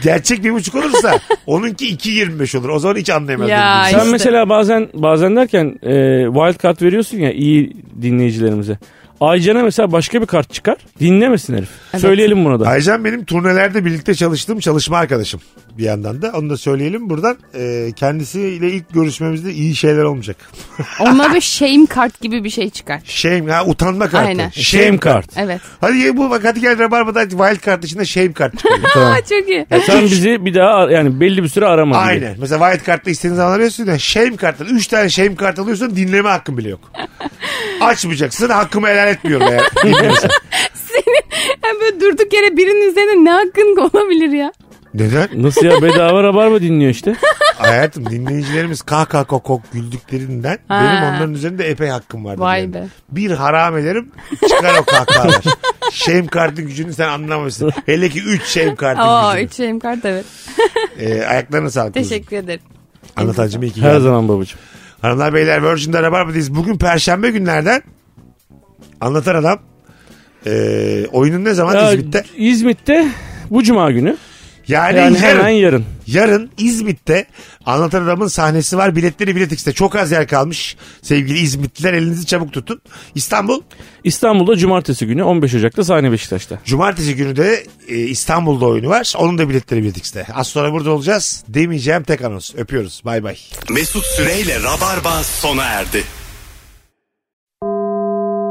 Speaker 3: Gerçek bir buçuk olursa onunki iki yirmi beş olur. O zaman hiç anlayamaz.
Speaker 4: Ya
Speaker 3: birbirimizi.
Speaker 5: Sen
Speaker 4: İşte.
Speaker 5: mesela bazen bazen derken e, wild card veriyorsun ya iyi dinleyicilerimize. Aycan'a mesela başka bir kart çıkar. Dinlemesin herif.
Speaker 4: Evet.
Speaker 5: Söyleyelim bunu da.
Speaker 3: Aycan benim turnelerde birlikte çalıştığım çalışma arkadaşım bir yandan da. Onu da söyleyelim buradan. E, kendisiyle ilk görüşmemizde iyi şeyler olmayacak.
Speaker 4: Onunla bir shame kart gibi bir şey çıkar.
Speaker 3: Shame ha utanma kartı.
Speaker 4: Aynen.
Speaker 5: Shame card.
Speaker 4: Evet.
Speaker 3: Hadi ye bu bak hadi gel Rabarba'da wild card dışında shame
Speaker 5: (laughs)
Speaker 3: card çıkıyor.
Speaker 5: Tamam.
Speaker 4: Aa, çok iyi. (laughs)
Speaker 5: Sen bizi bir daha ar- yani belli bir süre arama. gibi.
Speaker 3: Aynen. Mesela wild card'da istediğin zaman arıyorsun ya shame karttan. Üç tane shame kart alıyorsun dinleme hakkın bile yok. Açmayacaksın hakkımı helal etmiyorum eğer
Speaker 5: (laughs)
Speaker 3: dinliyorsan.
Speaker 4: Yani böyle durduk yere birinin üzerine ne hakkın olabilir ya?
Speaker 3: Neden?
Speaker 5: Nasıl
Speaker 3: (laughs)
Speaker 5: ya bedava rabarba dinliyor işte.
Speaker 3: Hayatım dinleyicilerimiz kahkaha kokok güldüklerinden
Speaker 4: Ha.
Speaker 3: benim onların üzerinde epey hakkım var.
Speaker 4: Vay
Speaker 3: Yani.
Speaker 4: be.
Speaker 3: Bir haram ederim çıkar o
Speaker 4: (laughs)
Speaker 3: kahkahalar. shame kartın gücünü sen anlamazsın. Hele ki üç shame kartın
Speaker 4: Aa,
Speaker 3: gücünü.
Speaker 4: üç shame kart evet.
Speaker 3: Ee, ayaklarına sağlık. kızım.
Speaker 4: Teşekkür ederim.
Speaker 3: Anlatacağım iyi ki
Speaker 5: Her
Speaker 3: geldin.
Speaker 5: zaman babacığım.
Speaker 3: Hanımlar beyler Virgin'de Rabarba'dayız. Bugün perşembe günlerden anlatan adam e, oyunun ne zaman
Speaker 5: Ya,
Speaker 3: İzmit'te?
Speaker 5: İzmit'te bu cuma günü.
Speaker 3: Yani, yarın,
Speaker 5: Yani hemen yarın.
Speaker 3: yarın İzmit'te anlatan adamın sahnesi var. Biletleri Bilet X'te. Çok az yer kalmış. Sevgili İzmitliler elinizi çabuk tutun. İstanbul
Speaker 5: İstanbul'da cumartesi günü 15 Ocak'ta sahne Beşiktaş'ta.
Speaker 3: Cumartesi günü de e, İstanbul'da oyunu var. Onun da biletleri Bilet X'te. Az sonra burada olacağız. Demeyeceğim tek anons. Öpüyoruz. Bay bay.
Speaker 2: Mesut Süreyle Rabarba sona erdi.